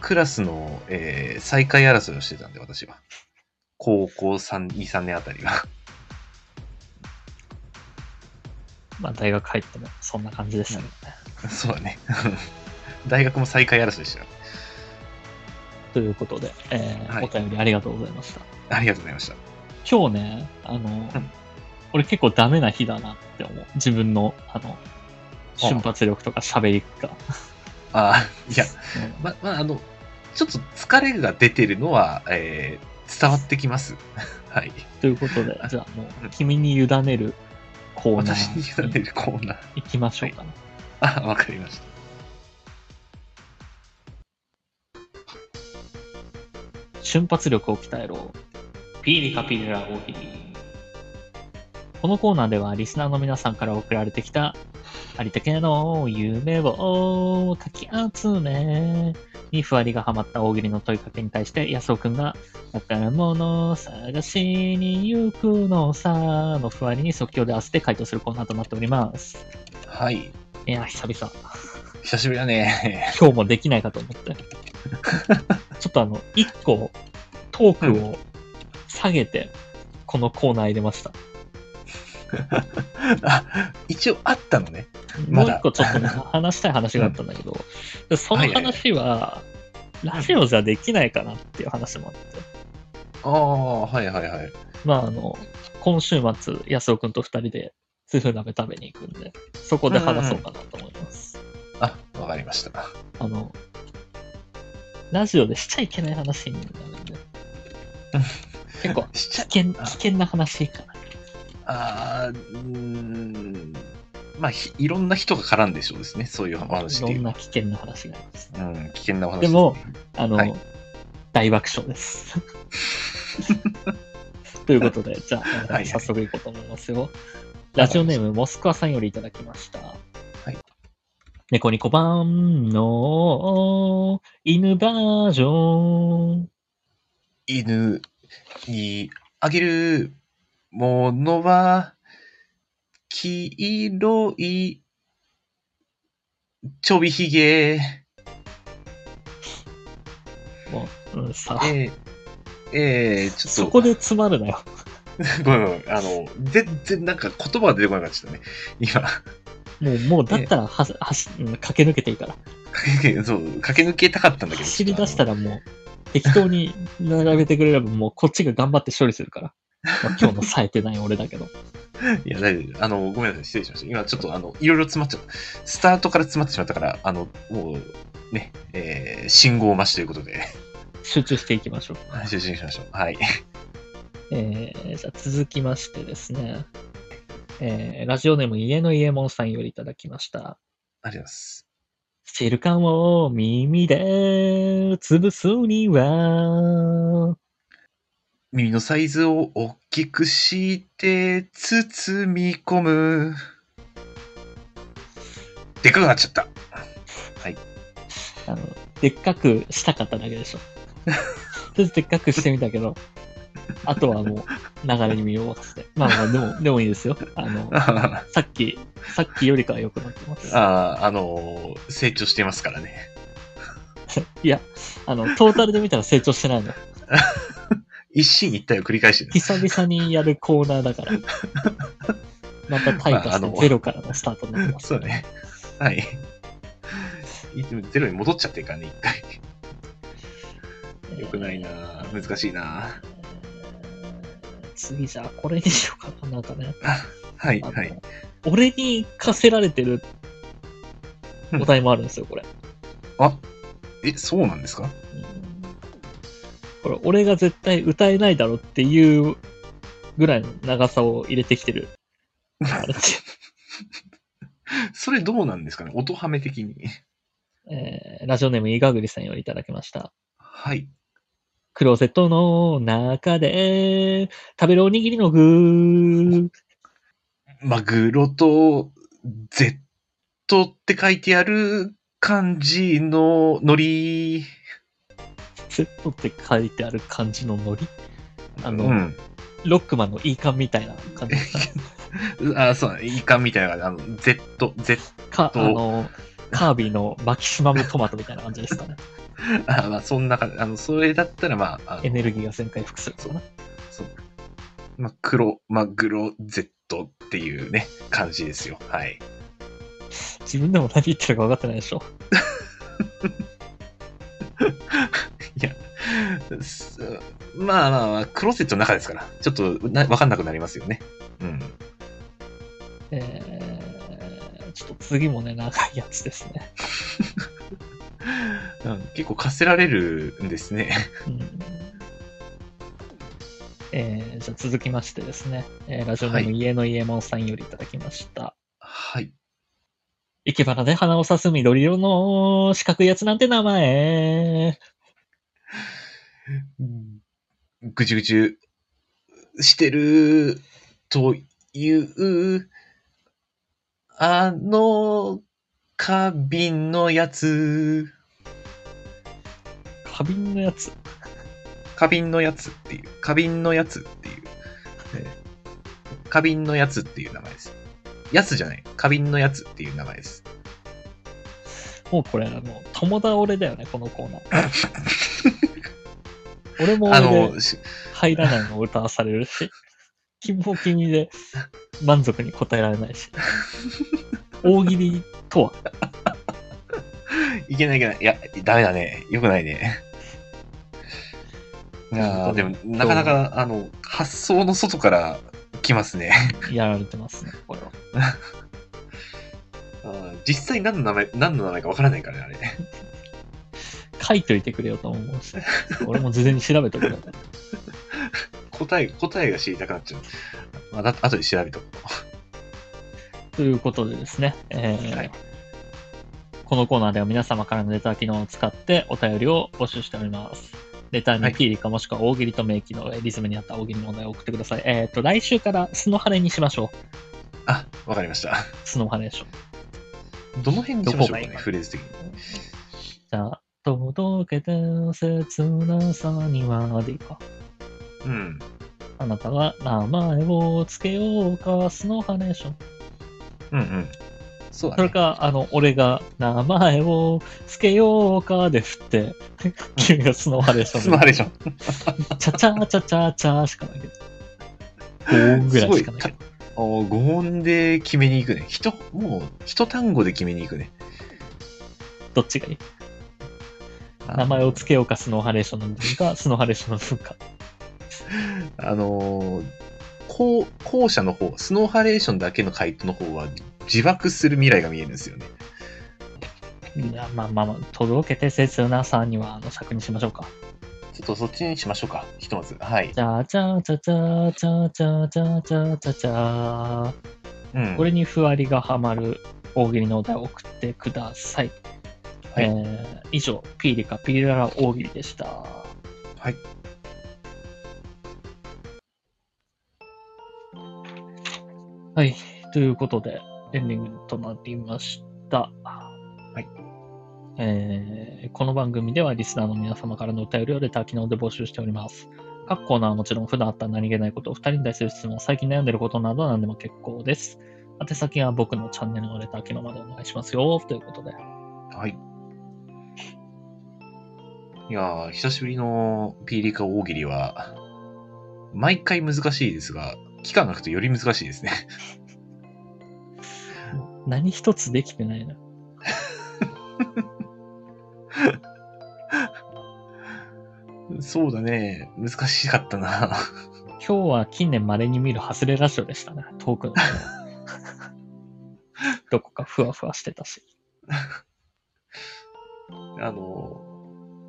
[SPEAKER 2] クラスの、えー再開争いをしてたんで、私は。高校3、2、3年あたりは。
[SPEAKER 1] 度
[SPEAKER 2] (laughs)
[SPEAKER 1] まあ大学入ってもそんな感じでしたけどね。
[SPEAKER 2] そうだね。 (laughs) 大学も再開争いでしたよ。
[SPEAKER 1] ということで、えー
[SPEAKER 2] はい
[SPEAKER 1] お便りありがとうございました。
[SPEAKER 2] ありがとうございました。
[SPEAKER 1] 今日ね、あの、
[SPEAKER 2] うん
[SPEAKER 1] 俺結構ダメな日だなって思う。自分の、あの、瞬発力とか喋りが。
[SPEAKER 2] ああ、いや、
[SPEAKER 1] うん
[SPEAKER 2] ま、まあ、あの、ちょっと疲れが出てるのは、えー伝わってきます。 (laughs) はい。
[SPEAKER 1] ということで、じゃあも
[SPEAKER 2] うん
[SPEAKER 1] う、君に委ねるコーナ
[SPEAKER 2] 私に委ね
[SPEAKER 1] ーに
[SPEAKER 2] るコーナー。
[SPEAKER 1] 行きましょうかね。
[SPEAKER 2] あ、わかりました。
[SPEAKER 1] 瞬発力を鍛えろ。ピーリカピリラ大喜利。このコーナーではリスナーの皆さんから送られてきたありたけの夢をかき集めにふわりがハマった大喜利の問いかけに対して安尾くんが宝物を探しに行くのさのふわりに即興で合わせて回答するコーナーとなっております。
[SPEAKER 2] はい。
[SPEAKER 1] いや、久々。
[SPEAKER 2] 久しぶりだね。 (laughs)
[SPEAKER 1] 今日もできないかと思って。ちょっとあの、一個トークを下げて、このコーナー入れました。
[SPEAKER 2] あ、一応あったのね。
[SPEAKER 1] も
[SPEAKER 2] ま
[SPEAKER 1] う
[SPEAKER 2] だ
[SPEAKER 1] 一個ちょっとね話したい話があったんだけど、でその話は、ラジオじゃできないかなっていう話もあって。
[SPEAKER 2] ああ、はいはいはい。
[SPEAKER 1] まああの、今週末、安尾くんと二人で、スフ鍋食べに行くんで、そこで話そうかなと思います。
[SPEAKER 2] あ、わかりました。
[SPEAKER 1] あの、ラジオでしちゃいけない話になる
[SPEAKER 2] (laughs)
[SPEAKER 1] んで。結構、
[SPEAKER 2] し
[SPEAKER 1] 危
[SPEAKER 2] ちゃ
[SPEAKER 1] 険、危険な話かな。
[SPEAKER 2] あーうーん。まあ、ひいろんな人が絡んでそうですね。そういうお
[SPEAKER 1] い
[SPEAKER 2] 話っ
[SPEAKER 1] ろ
[SPEAKER 2] てい
[SPEAKER 1] ん
[SPEAKER 2] うの
[SPEAKER 1] な
[SPEAKER 2] は。
[SPEAKER 1] 危険な話がありますね。
[SPEAKER 2] うん、危険なお話
[SPEAKER 1] です
[SPEAKER 2] ね
[SPEAKER 1] も、あの、
[SPEAKER 2] はい
[SPEAKER 1] 大爆笑
[SPEAKER 2] (laughs)
[SPEAKER 1] です。ということで、じゃあ、えー
[SPEAKER 2] はいはい
[SPEAKER 1] 早速いこうと思いますよ。ラジオネーム、モスクワさんよりいただきました。
[SPEAKER 2] い
[SPEAKER 1] 猫に小判の犬バージョン。
[SPEAKER 2] 犬にあげるものは、黄色いちょびひげ。
[SPEAKER 1] もう、うん、さ、
[SPEAKER 2] えええちょっと。
[SPEAKER 1] そこで詰まるなよ。
[SPEAKER 2] ごめんごめん。あの、全然なんか言葉が出てこなかったね。今、 (laughs)
[SPEAKER 1] もう、もうだったらは、はし、うん駆け抜けていいから。
[SPEAKER 2] そう、駆け抜けたかったんだけど。
[SPEAKER 1] 走り出したら
[SPEAKER 2] ら。
[SPEAKER 1] もう、適当に並べてくれれば、もうこっちが頑張って処理するから。まあ
[SPEAKER 2] (laughs)
[SPEAKER 1] 今日の冴えてない俺だけど。
[SPEAKER 2] いや、大丈夫。あの、ごめんなさい。失礼しました。今ちょっと、あの、いろいろ詰まっちゃった。スタートから詰まってしまったから、あの、もう、ね、えー、信号待ちということで、
[SPEAKER 1] 集中していきましょう。
[SPEAKER 2] 集中しましょう。はい。
[SPEAKER 1] えーじゃあ続きましてですね、えーラジオネーム家の家門さんよりいただきました。
[SPEAKER 2] ありがとうございます。
[SPEAKER 1] シルカンを耳で潰すには、
[SPEAKER 2] 耳のサイズを大きくして、包み込む。でかくなっちゃった。 (laughs)
[SPEAKER 1] あの、でっかくしたかっただけ
[SPEAKER 2] (laughs)
[SPEAKER 1] でしょ。とりあえずでっかくしてみたけど、あとはもう流れに身を任せて。まあまあ、でも、でもいいですよ。あの、
[SPEAKER 2] あ
[SPEAKER 1] さっき、さっきよりかは良くなってます。
[SPEAKER 2] あー、あのー成長してますからね。
[SPEAKER 1] (laughs) いや、あの、トータルで見たら成長してないの。
[SPEAKER 2] 一進一退を繰り返してる。
[SPEAKER 1] 久々にやるコーナーだから。また退化
[SPEAKER 2] まああ
[SPEAKER 1] して
[SPEAKER 2] の
[SPEAKER 1] ゼロからのスタートになってます。
[SPEAKER 2] そうだね。はい。いつもゼロに戻っちゃってるからね、一回。
[SPEAKER 1] えー
[SPEAKER 2] 良くないな難しいな
[SPEAKER 1] 次じゃあこれにしようかな。なんかね。
[SPEAKER 2] はい、
[SPEAKER 1] あの
[SPEAKER 2] はい。
[SPEAKER 1] 俺に課せられてるお題もあるんですよ、これ。
[SPEAKER 2] あ、え、そうなんですか
[SPEAKER 1] うんこれ、俺が絶対歌えないだろっていうぐらいの長さを入れてき
[SPEAKER 2] (laughs)
[SPEAKER 1] てる。あれって
[SPEAKER 2] それどうなんですかね音はめ的に。
[SPEAKER 1] えーラジオネームイガグリさんよりいただきました。
[SPEAKER 2] はい。
[SPEAKER 1] クローゼットの中で食べるおにぎりの具。
[SPEAKER 2] マグロと Z って書いてある漢字の海苔。
[SPEAKER 1] セットって書いてある感じのノリあの、
[SPEAKER 2] うん。
[SPEAKER 1] ロックマンのいい感みたいな感じですか
[SPEAKER 2] (laughs) あ、そうだね。イカみたいな、あの、Z、Z、
[SPEAKER 1] か、
[SPEAKER 2] と
[SPEAKER 1] あの、カービィのマキシマムトマトみたいな感じですかね。
[SPEAKER 2] あまあ、そんな感じ。あの、それだったら、まあ、あの
[SPEAKER 1] エネルギーが全回復するのかな。
[SPEAKER 2] そう。まあ、黒、マグロ、Z っていうね、感じですよ。はい。
[SPEAKER 1] 自分でも何言ってるか分かってないでしょ。
[SPEAKER 2] いや、すまあまあまあ、クローゼットの中ですから、ちょっとなわかんなくなりますよね。うん。
[SPEAKER 1] えー、ちょっと次もね、長いやつですね。
[SPEAKER 2] うん結構、かせられるんですね。
[SPEAKER 1] うんえー、じゃあ続きましてですね、えーラジオネーム
[SPEAKER 2] は
[SPEAKER 1] 家の家門さんよりいただきました。
[SPEAKER 2] はい。
[SPEAKER 1] 生け花で花を刺す緑色の四角いやつなんて名前。
[SPEAKER 2] ぐちゅぐちゅしてるという、あの、花瓶のやつ、
[SPEAKER 1] 花瓶のやつ。
[SPEAKER 2] 花瓶のやつっていう、花瓶のやつっていう、ね花瓶のやつっていう名前です。やつじゃない、花瓶のやつっていう名前です。
[SPEAKER 1] もうこれ、あの、友倒れだよね、このコーナ
[SPEAKER 2] (laughs)
[SPEAKER 1] ー。俺も
[SPEAKER 2] あ
[SPEAKER 1] 俺で
[SPEAKER 2] の、し
[SPEAKER 1] 入らないのを歌わされる
[SPEAKER 2] (laughs)
[SPEAKER 1] し、君も君で満足に答えられないし。大喜利とは、
[SPEAKER 2] いけないいけない。いや、ダメだね。よくない (laughs) ね。いやーでも、なかなか、あの、発想の外から来ますね。 (laughs)
[SPEAKER 1] やられてますね、これは。
[SPEAKER 2] うん実際何の名前、何の名前かわからないからね、あれ。 (laughs)
[SPEAKER 1] 書いといてくれよと思うし、俺も事前に調べてくれよ。
[SPEAKER 2] 答え、答えが知りたくなっちゃう。まあ、だ後で調べとこ
[SPEAKER 1] ということでですね、えー
[SPEAKER 2] はい
[SPEAKER 1] このコーナーでは皆様からのレター機能を使ってお便りを募集しております。レター
[SPEAKER 2] は
[SPEAKER 1] に
[SPEAKER 2] い
[SPEAKER 1] P リかもしくは大喜利と名機のリズムに合った大喜利のお題を送ってください。えっ、と、来週からスノハレにしましょう。
[SPEAKER 2] う。あ、わかりました。
[SPEAKER 1] スノハレでしょ。
[SPEAKER 2] どの辺にしま
[SPEAKER 1] ど
[SPEAKER 2] しょうか
[SPEAKER 1] こがいいか
[SPEAKER 2] ね、
[SPEAKER 1] な
[SPEAKER 2] フレーズ的に。
[SPEAKER 1] じゃあ、届けて切なさにはでいいか。
[SPEAKER 2] うん。
[SPEAKER 1] あなたが名前をつけようか、スノハレーション。
[SPEAKER 2] うんうん。そうだ
[SPEAKER 1] それ
[SPEAKER 2] ね。
[SPEAKER 1] か、あの、俺が、名前を付けようかで振って、君がスノーハレーションで。
[SPEAKER 2] スマーレーション。
[SPEAKER 1] チャチャチャチャチャしかないけど。5音ぐらいしかないけど。
[SPEAKER 2] あー5音で決めに行くね。ひと、もう、一単語で決めに行くね。
[SPEAKER 1] どっちがいい
[SPEAKER 2] あの
[SPEAKER 1] 名前を付けようか、スノーハレーションの文化、スノーハレーションの文化。
[SPEAKER 2] あのー、後後者の方、スノーハレーションだけの回答の方は自爆する未来が見えるんですよね。
[SPEAKER 1] いや、まあまあまあ、届けて切なさには、あの、作にしましょうか。
[SPEAKER 2] ちょっとそっちにしましょうか。ひとまず。はい。
[SPEAKER 1] チャチャチャチャチャチャチャチャチャチャ。
[SPEAKER 2] うん。
[SPEAKER 1] これにふわりがはまる大喜利のお題を送ってください。
[SPEAKER 2] はい
[SPEAKER 1] えー以上、ピーリカピーララ大喜利でした。
[SPEAKER 2] はい。。
[SPEAKER 1] はい。ということで、エンディングとなりました。はいえーこの番組ではリスナーの皆様からのお便りをレター機能で募集しております。各コーナーはもちろん普段あった何気ないこと、二人に対する質問、最近悩んでることなど何でも結構です。宛先は僕のチャンネルのレター機能までお願いしますよ。ということで。
[SPEAKER 2] はい。いやー、久しぶりのピーリカ大喜利は、毎回難しいですが、期間が空くとより難しいですね。
[SPEAKER 1] 何一つできてないな。
[SPEAKER 2] そうだね。難しかったな。 (laughs)
[SPEAKER 1] 今日は近年稀に見るハズレラジオでしたね。トー
[SPEAKER 2] (laughs)
[SPEAKER 1] クの。どこかふわふわしてたし。
[SPEAKER 2] あの、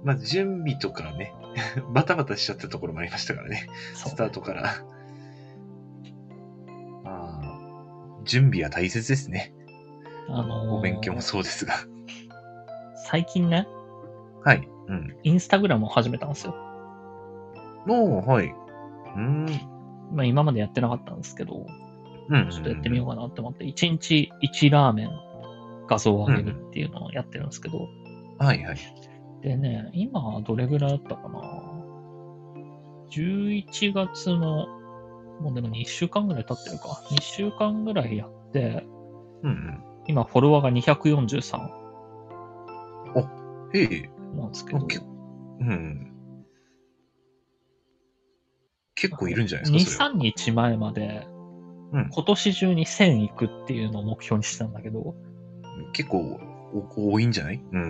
[SPEAKER 2] まあ、準備とかね、 (laughs) バタバタしちゃったところもありましたからね。
[SPEAKER 1] そう
[SPEAKER 2] スタートから。まあ、準備は大切ですね。
[SPEAKER 1] あのー
[SPEAKER 2] お勉強もそうですが。
[SPEAKER 1] 最近ね、
[SPEAKER 2] はい。うん。
[SPEAKER 1] インスタグラムを始めたんですよ。
[SPEAKER 2] もう、はい。うん。
[SPEAKER 1] まあ、今までやってなかったんですけど、
[SPEAKER 2] うん。
[SPEAKER 1] ちょっとやってみようかなって思って、1日1ラーメン画像を上げるっていうのをやってるんですけど、
[SPEAKER 2] うん。はいはい。
[SPEAKER 1] でね、今どれぐらいだったかな ?11 月の、もうでも2週間ぐらい経ってるか。2週間ぐらいやって、
[SPEAKER 2] うん
[SPEAKER 1] 今フォロワーが243
[SPEAKER 2] うん。ええ
[SPEAKER 1] なんですけ
[SPEAKER 2] ま
[SPEAKER 1] ど
[SPEAKER 2] あ、けうん。結構いるんじゃない
[SPEAKER 1] 2、
[SPEAKER 2] ですか、
[SPEAKER 1] 3日前まで、
[SPEAKER 2] うん
[SPEAKER 1] 今年中に1000いくっていうのを目標にしてたんだけど、
[SPEAKER 2] それは。結構お多いんじゃないうん。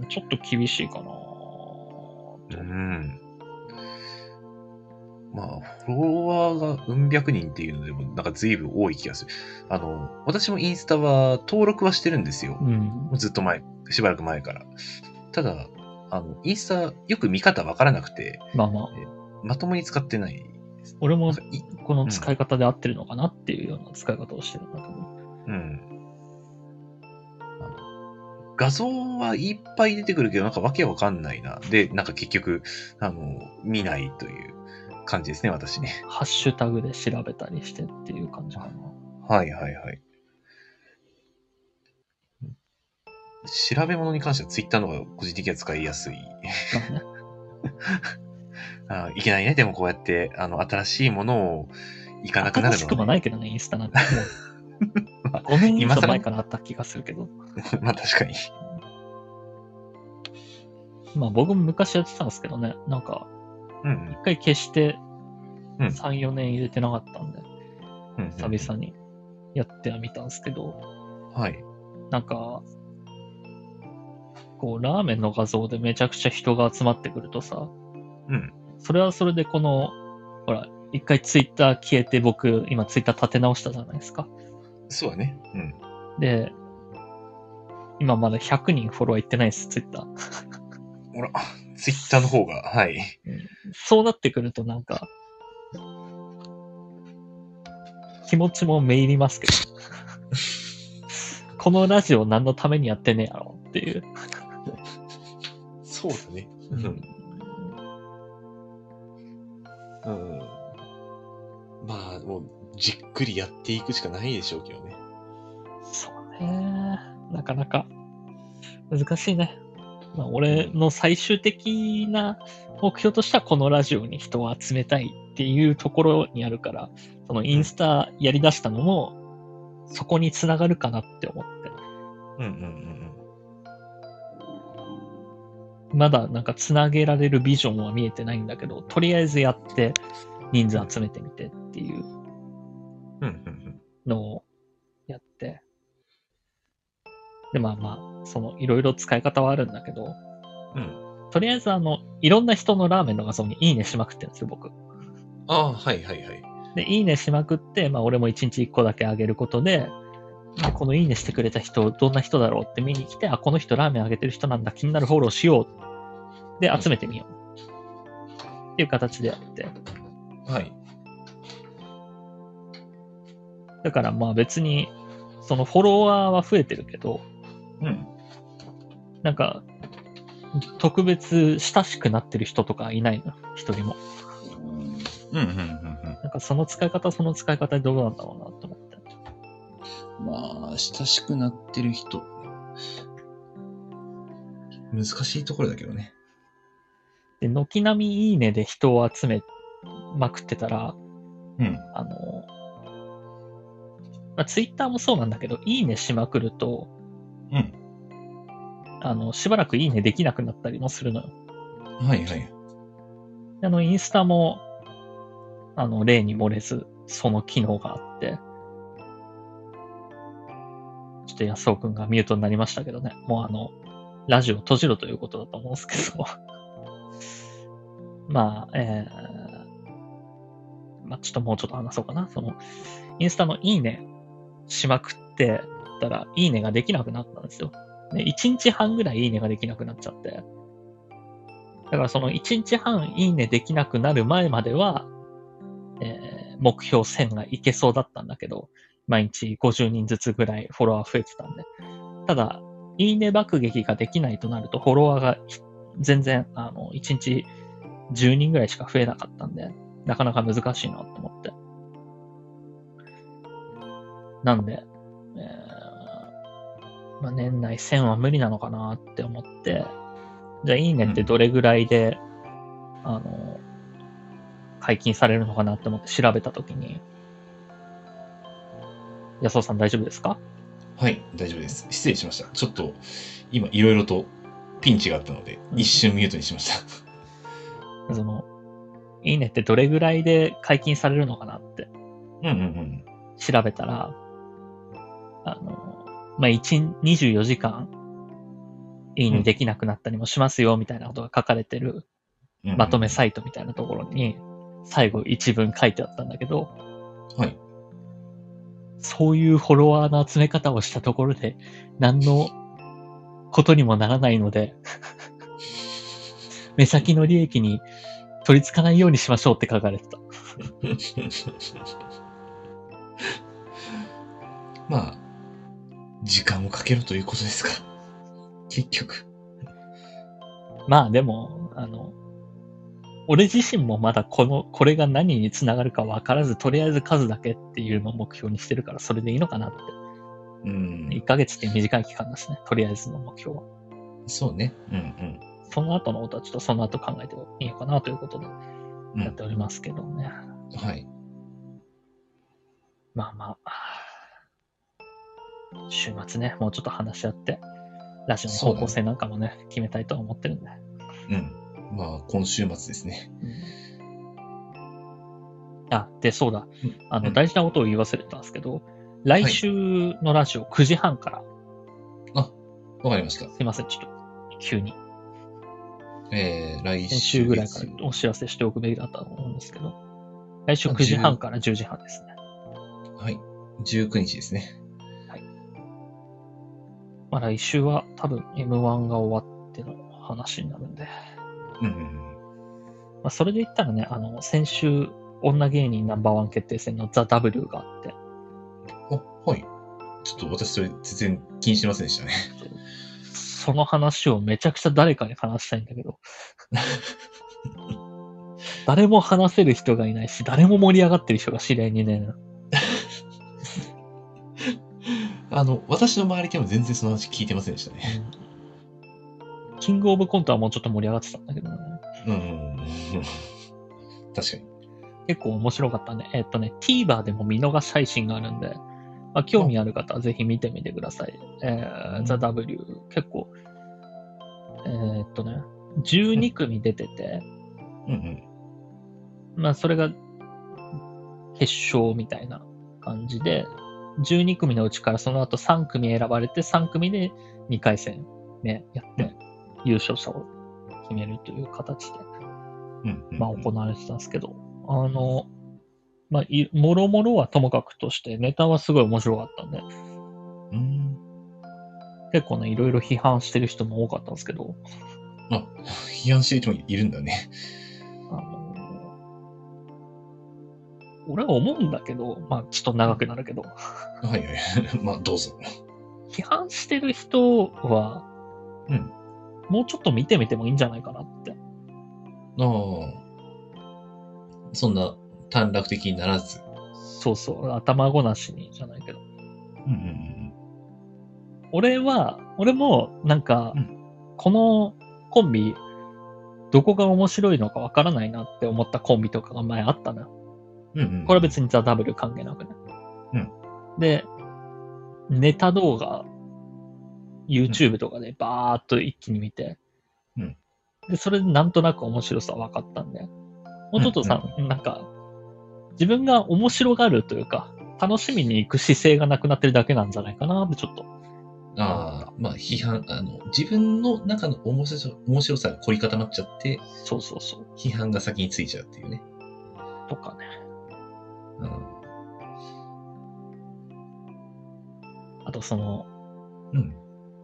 [SPEAKER 1] うんちょっと厳しいかな
[SPEAKER 2] うん。まあ、フォロワーがうん百人っていうのでも、なんか随分多い気がする。あの、私もインスタは登録はしてるんですよ。
[SPEAKER 1] うん。
[SPEAKER 2] ずっと前、しばらく前から。ただ、あの、インスタよく見方わからなくて、
[SPEAKER 1] まあまあ、
[SPEAKER 2] まともに使ってない。
[SPEAKER 1] 俺
[SPEAKER 2] な
[SPEAKER 1] も
[SPEAKER 2] んかい
[SPEAKER 1] この使い方で合ってるのかなっていうような使い方をしてるんだけど。
[SPEAKER 2] うん。あの画像はいっぱい出てくるけど、なんかわけわかんないな。で、なんか結局、あの、見ないという感じですね、私ね。
[SPEAKER 1] ハッシュタグで調べたりしてっていう感じかな。
[SPEAKER 2] はいはいはい。調べ物に関してはツイッターの方が個人的には使いやすい。
[SPEAKER 1] まあね
[SPEAKER 2] あいけないね。でもこうやって、あの、新しいものをい (laughs) かなくな
[SPEAKER 1] 新
[SPEAKER 2] る
[SPEAKER 1] し
[SPEAKER 2] の
[SPEAKER 1] くも
[SPEAKER 2] は
[SPEAKER 1] な
[SPEAKER 2] ね、
[SPEAKER 1] いけどね、インスタなんて。もう5年以上前からあった気がするけど。
[SPEAKER 2] (laughs) まあ確かに。
[SPEAKER 1] まあ僕も昔やってたんですけどね、なんか
[SPEAKER 2] うん
[SPEAKER 1] 一回消して
[SPEAKER 2] うん
[SPEAKER 1] 3、4年入れてなかったんで、
[SPEAKER 2] うん。うん
[SPEAKER 1] 久々にやってはみたんですけど、
[SPEAKER 2] はい。
[SPEAKER 1] なんか、こう、ラーメンの画像でめちゃくちゃ人が集まってくるとさ、
[SPEAKER 2] うん。
[SPEAKER 1] それはそれでこの、ほら、一回ツイッター消えて僕、今ツイッター立て直したじゃないですか。
[SPEAKER 2] そうだね。うん。
[SPEAKER 1] で、今まだ100人フォロワーいってないです、ツイッター。
[SPEAKER 2] ほら、ツイッターの方が、はい。
[SPEAKER 1] そうなってくるとなんか、気持ちもめいります
[SPEAKER 2] (laughs)
[SPEAKER 1] けど。このラジオ何のためにやってんねやろっていう。
[SPEAKER 2] そうだね。うん。うん。まあ、もう、じっくりやっていくしかないでしょうけどね。
[SPEAKER 1] そうね。なかなか難しいね。まあ、俺の最終的な目標としてはこのラジオに人を集めたいっていうところにあるから、そのインスタやりだしたのも、そこにつながるかなって思って。
[SPEAKER 2] うんうんうん
[SPEAKER 1] まだなんかつなげられるビジョンは見えてないんだけど、とりあえずやって人数集めてみてっていう
[SPEAKER 2] うん。うんうん
[SPEAKER 1] のをやって。で、まあまあ、そのいろいろ使い方はあるんだけど、
[SPEAKER 2] うん。うん。
[SPEAKER 1] とりあえずあの、いろんな人のラーメンの画像にいいねしまくってるんですよ、僕。
[SPEAKER 2] ああ、はいはいはい。
[SPEAKER 1] で、いいねしまくって、まあ俺も1日1個だけあげることで、まあこのいいねしてくれた人、どんな人だろうって見に来て、あ、この人ラーメンあげてる人なんだ、気になるフォローしよう。で、集めてみよう。っていう形でやって。
[SPEAKER 2] はい。
[SPEAKER 1] だからまあ別に、そのフォロワーは増えてるけど、
[SPEAKER 2] うん。
[SPEAKER 1] なんか、特別親しくなってる人とかいないの、一人も。
[SPEAKER 2] うんうんうん
[SPEAKER 1] なんかその使い方、その使い方でどうなんだろうなと思って。
[SPEAKER 2] うん。まあ、親しくなってる人。難しいところだけどね。
[SPEAKER 1] で、軒並みいいねで人を集めまくってたら、
[SPEAKER 2] うん。
[SPEAKER 1] あの、まあ、ツイッターもそうなんだけど、いいねしまくると、
[SPEAKER 2] うん。
[SPEAKER 1] あの、しばらくいいねできなくなったりもするのよ。
[SPEAKER 2] はいはい。
[SPEAKER 1] あの、インスタも、あの、例に漏れず、その機能があって、ちょっと安尾くんがミュートになりましたけどね、もうあの、ラジオ閉じろということだと思うんですけど、 (laughs) まあ、えー、まあ、ちょっともうちょっと話そうかな。その、インスタのいいねしまくってたら、いいねができなくなったんですよ。で、1日半ぐらいいいねができなくなっちゃって。だからその1日半いいねできなくなる前までは、えー目標1000がいけそうだったんだけど、毎日50人ずつぐらいフォロワー増えてたんで。ただ、いいね爆撃ができないとなると、フォロワーがひ全然、あの、1日10人ぐらいしか増えなかったんで、なかなか難しいなと思って。なんで、えーまあ、年内1000は無理なのかなって思って、じゃあ、いいねってどれぐらいで、あの、解禁されるのかなって思って調べたときに、安尾さん大丈夫ですか
[SPEAKER 3] はい、大丈夫です。失礼しました。ちょっと、今、いろいろとピンチがあったので、
[SPEAKER 1] うん
[SPEAKER 3] 一瞬ミュートにしました。
[SPEAKER 1] その、いいねってどれぐらいで解禁されるのかなって
[SPEAKER 3] うんうん
[SPEAKER 1] 調べたら、あの、まあ、1、24時間、いいねできなくなったりもしますよ、みたいなことが書かれてる、
[SPEAKER 3] うんうん。
[SPEAKER 1] まとめサイトみたいなところに、最後一文書いてあったんだけど、
[SPEAKER 3] はい。
[SPEAKER 1] そういうフォロワーの集め方をしたところで、何のことにもならない
[SPEAKER 3] (laughs)
[SPEAKER 1] ので、目先の利益に取り付かないようにしましょうって書かれてた。
[SPEAKER 3] (laughs) まあ、時間をかけるということですか。結局。
[SPEAKER 1] まあでも、あの、俺自身もまだこの、これが何につながるか分からず、とりあえず数だけっていうのを目標にしてるから、それでいいのかなって。
[SPEAKER 3] うん
[SPEAKER 1] 1。ヶ月って短い期間だしね、とりあえずの目標は。
[SPEAKER 3] そうね。うん
[SPEAKER 1] その後のことはちょっとその後考えてもいいのかなということで
[SPEAKER 3] うん。う
[SPEAKER 1] やっておりますけどね。
[SPEAKER 3] ん、はい。
[SPEAKER 1] まあまあ、週末ね、もうちょっと話し合って、ラジオの方向性なんかもね、決めたいとは思ってるんで。
[SPEAKER 3] うん。まあ、今週末ですね。
[SPEAKER 1] あ、で、そうだ
[SPEAKER 3] うん。
[SPEAKER 1] あ
[SPEAKER 3] う
[SPEAKER 1] の、
[SPEAKER 3] ん
[SPEAKER 1] 大事なことを言い忘れてたんですけど、来週のラジオ9時半から、
[SPEAKER 3] わかりました。
[SPEAKER 1] すいません、ちょっと、急に、
[SPEAKER 3] えー、来週。
[SPEAKER 1] 先週ぐらいからお知らせしておくべきだったと思うんですけど、来週9時半から10時半ですね。
[SPEAKER 3] はい。19日ですね。
[SPEAKER 1] まあ、来週は多分 M1 が終わっての話になるんで、
[SPEAKER 3] うんうん
[SPEAKER 1] まあ、それで言ったらね、あの、先週、女芸人ナンバーワン決定戦のザ・ W があって、
[SPEAKER 3] うん。あ、はい。ちょっと私それ全然気にしてませんでしたね。
[SPEAKER 1] その話をめちゃくちゃ誰かに話したいんだけど、 (laughs) 誰も話せる人がいないし、誰も盛り上がってる人が知り合いにね、
[SPEAKER 3] あの、私の周りでも全然その話聞いてませんでしたね。
[SPEAKER 1] キングオブコントはもうちょっと盛り上がってたんだけどね、
[SPEAKER 3] うんうんうん。確かに。
[SPEAKER 1] 結構面白かったね。えっとね、TVer でも見逃し配信があるんで、まあ、興味ある方はぜひ見てみてください。えー、ザ・ W、結構、えーっとね、12組出てて、
[SPEAKER 2] うんうん。
[SPEAKER 1] まあ、それが決勝みたいな感じで、12組のうちからその後3組選ばれて、3組で2回戦目やっ
[SPEAKER 2] う
[SPEAKER 1] て、優勝者を決めるという形で、
[SPEAKER 2] うんうん
[SPEAKER 1] まあ、行われてたんですけど、あの、まあ、いもろもろはともかくとして、ネタはすごい面白かったんで、
[SPEAKER 2] うん。
[SPEAKER 1] 結構ね、いろいろ批判してる人も多かったんですけど、
[SPEAKER 2] あ、批判してる人もいるんだね。
[SPEAKER 1] あの俺は思うんだけど、まあ、ちょっと長くなるけ
[SPEAKER 3] (laughs)
[SPEAKER 1] ど、
[SPEAKER 2] はいはい。まあ、どうぞ。
[SPEAKER 1] 批判してる人は、
[SPEAKER 2] うん。
[SPEAKER 1] もうちょっと見てみてもいいんじゃないかなって。
[SPEAKER 2] ああ。そんな、短絡的にならず。
[SPEAKER 1] そうそう、頭ごなしにじゃないけど。
[SPEAKER 2] うんうん
[SPEAKER 1] 俺は、俺も、なんか、
[SPEAKER 2] うん
[SPEAKER 1] このコンビ、どこが面白いのかわからないなって思ったコンビとかが前あったな。
[SPEAKER 2] うん。うんうん、
[SPEAKER 1] これは別
[SPEAKER 2] に。
[SPEAKER 1] にザ・ダブル関係なくね。
[SPEAKER 2] うん。
[SPEAKER 1] で、ネタ動画、YouTube とかでバーっと一気に見て、
[SPEAKER 2] うん。
[SPEAKER 1] で、それでなんとなく面白さ分かったんで、もうちょっとさ、なんか、自分が面白がるというか、楽しみに行く姿勢がなくなってるだけなんじゃないかなってちょっと。
[SPEAKER 2] ああ、まあ、批判、あの、自分の中の面白さ面白さが凝り固まっちゃって、
[SPEAKER 1] そうそうそう。
[SPEAKER 2] 批判が先についちゃうっていうね。
[SPEAKER 1] とかね。
[SPEAKER 2] うん。
[SPEAKER 1] あとその、
[SPEAKER 2] うん。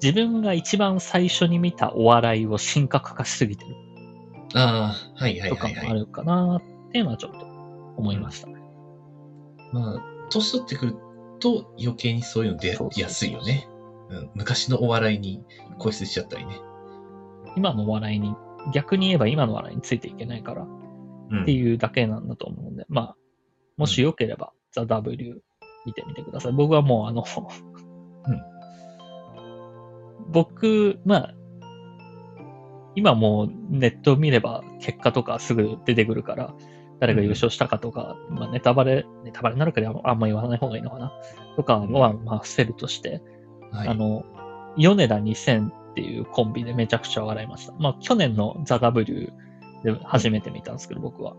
[SPEAKER 1] 自分が一番最初に見たお笑いを神格化しすぎてる
[SPEAKER 2] ああ、はいはい
[SPEAKER 1] とか
[SPEAKER 2] はい、
[SPEAKER 1] も
[SPEAKER 2] はい
[SPEAKER 1] あ。るかなっていうのはちょっと思いましたね。
[SPEAKER 2] まあ、年取ってくると余計にそういうの出
[SPEAKER 1] そうそうそう
[SPEAKER 2] やすいよね。うん、昔のお笑いに固執しちゃったりね。
[SPEAKER 1] 今のお笑いに、逆に言えば今のお笑いについていけないからっ
[SPEAKER 2] うん
[SPEAKER 1] ていうだけなんだと思うんで、まあ、もしよければ、ザ・ W 見てみてください。僕はもうあの、僕、まあ、今もうネット見れば結果とかすぐ出てくるから、誰が優勝したかとか、まあネタバレ、ネタバレになるからあんま言わない方がいいのかなとかは、まあ、伏せるとして、
[SPEAKER 2] はい、
[SPEAKER 1] あの、米田2000っていうコンビでめちゃくちゃ笑いました。まあ、去年のザ・ W で初めて見たんですけど、僕は。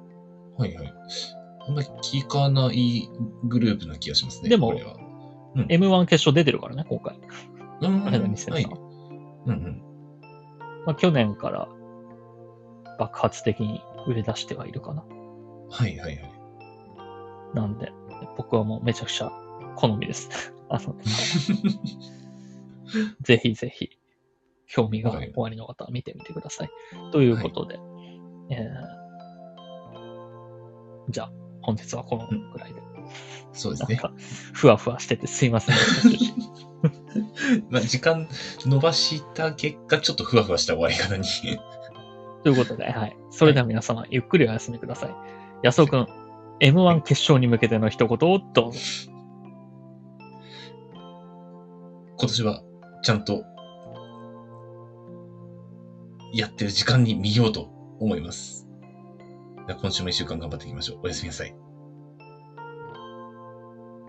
[SPEAKER 2] はいはい。あんまり聞かないグループな気がしますね。
[SPEAKER 1] でも
[SPEAKER 2] これは
[SPEAKER 1] M1 決勝出てるからね、今回。
[SPEAKER 2] うん、
[SPEAKER 1] 米田2000さん。
[SPEAKER 2] はい。うんうん。
[SPEAKER 1] まあ、去年から爆発的に売れ出してはいるかな。
[SPEAKER 2] はいはいはい。
[SPEAKER 1] なんで、僕はもうめちゃくちゃ好みです。 (laughs) あ
[SPEAKER 2] (laughs)
[SPEAKER 1] の、ぜひぜひ、興味が
[SPEAKER 2] わかりました
[SPEAKER 1] おありの方は見てみてください。ということで、えーじゃあ、本日はこのくらいで。
[SPEAKER 2] そうで
[SPEAKER 1] な
[SPEAKER 2] す
[SPEAKER 1] ん
[SPEAKER 2] ね。
[SPEAKER 1] か、ふわふわしててすいま
[SPEAKER 2] (laughs)
[SPEAKER 1] せん。
[SPEAKER 2] まあ、時間伸ばした結果、ちょっとふわふわした終わり方に。 (laughs)
[SPEAKER 1] ということで、はい。それでは皆様、ゆっくりお休みください。安尾くん、M1 決勝に向けての一言をどうぞ。
[SPEAKER 2] 今年はちゃんとやってる時間に見ようと思います。今週も一週間頑張っていきましょう。おやすみなさい。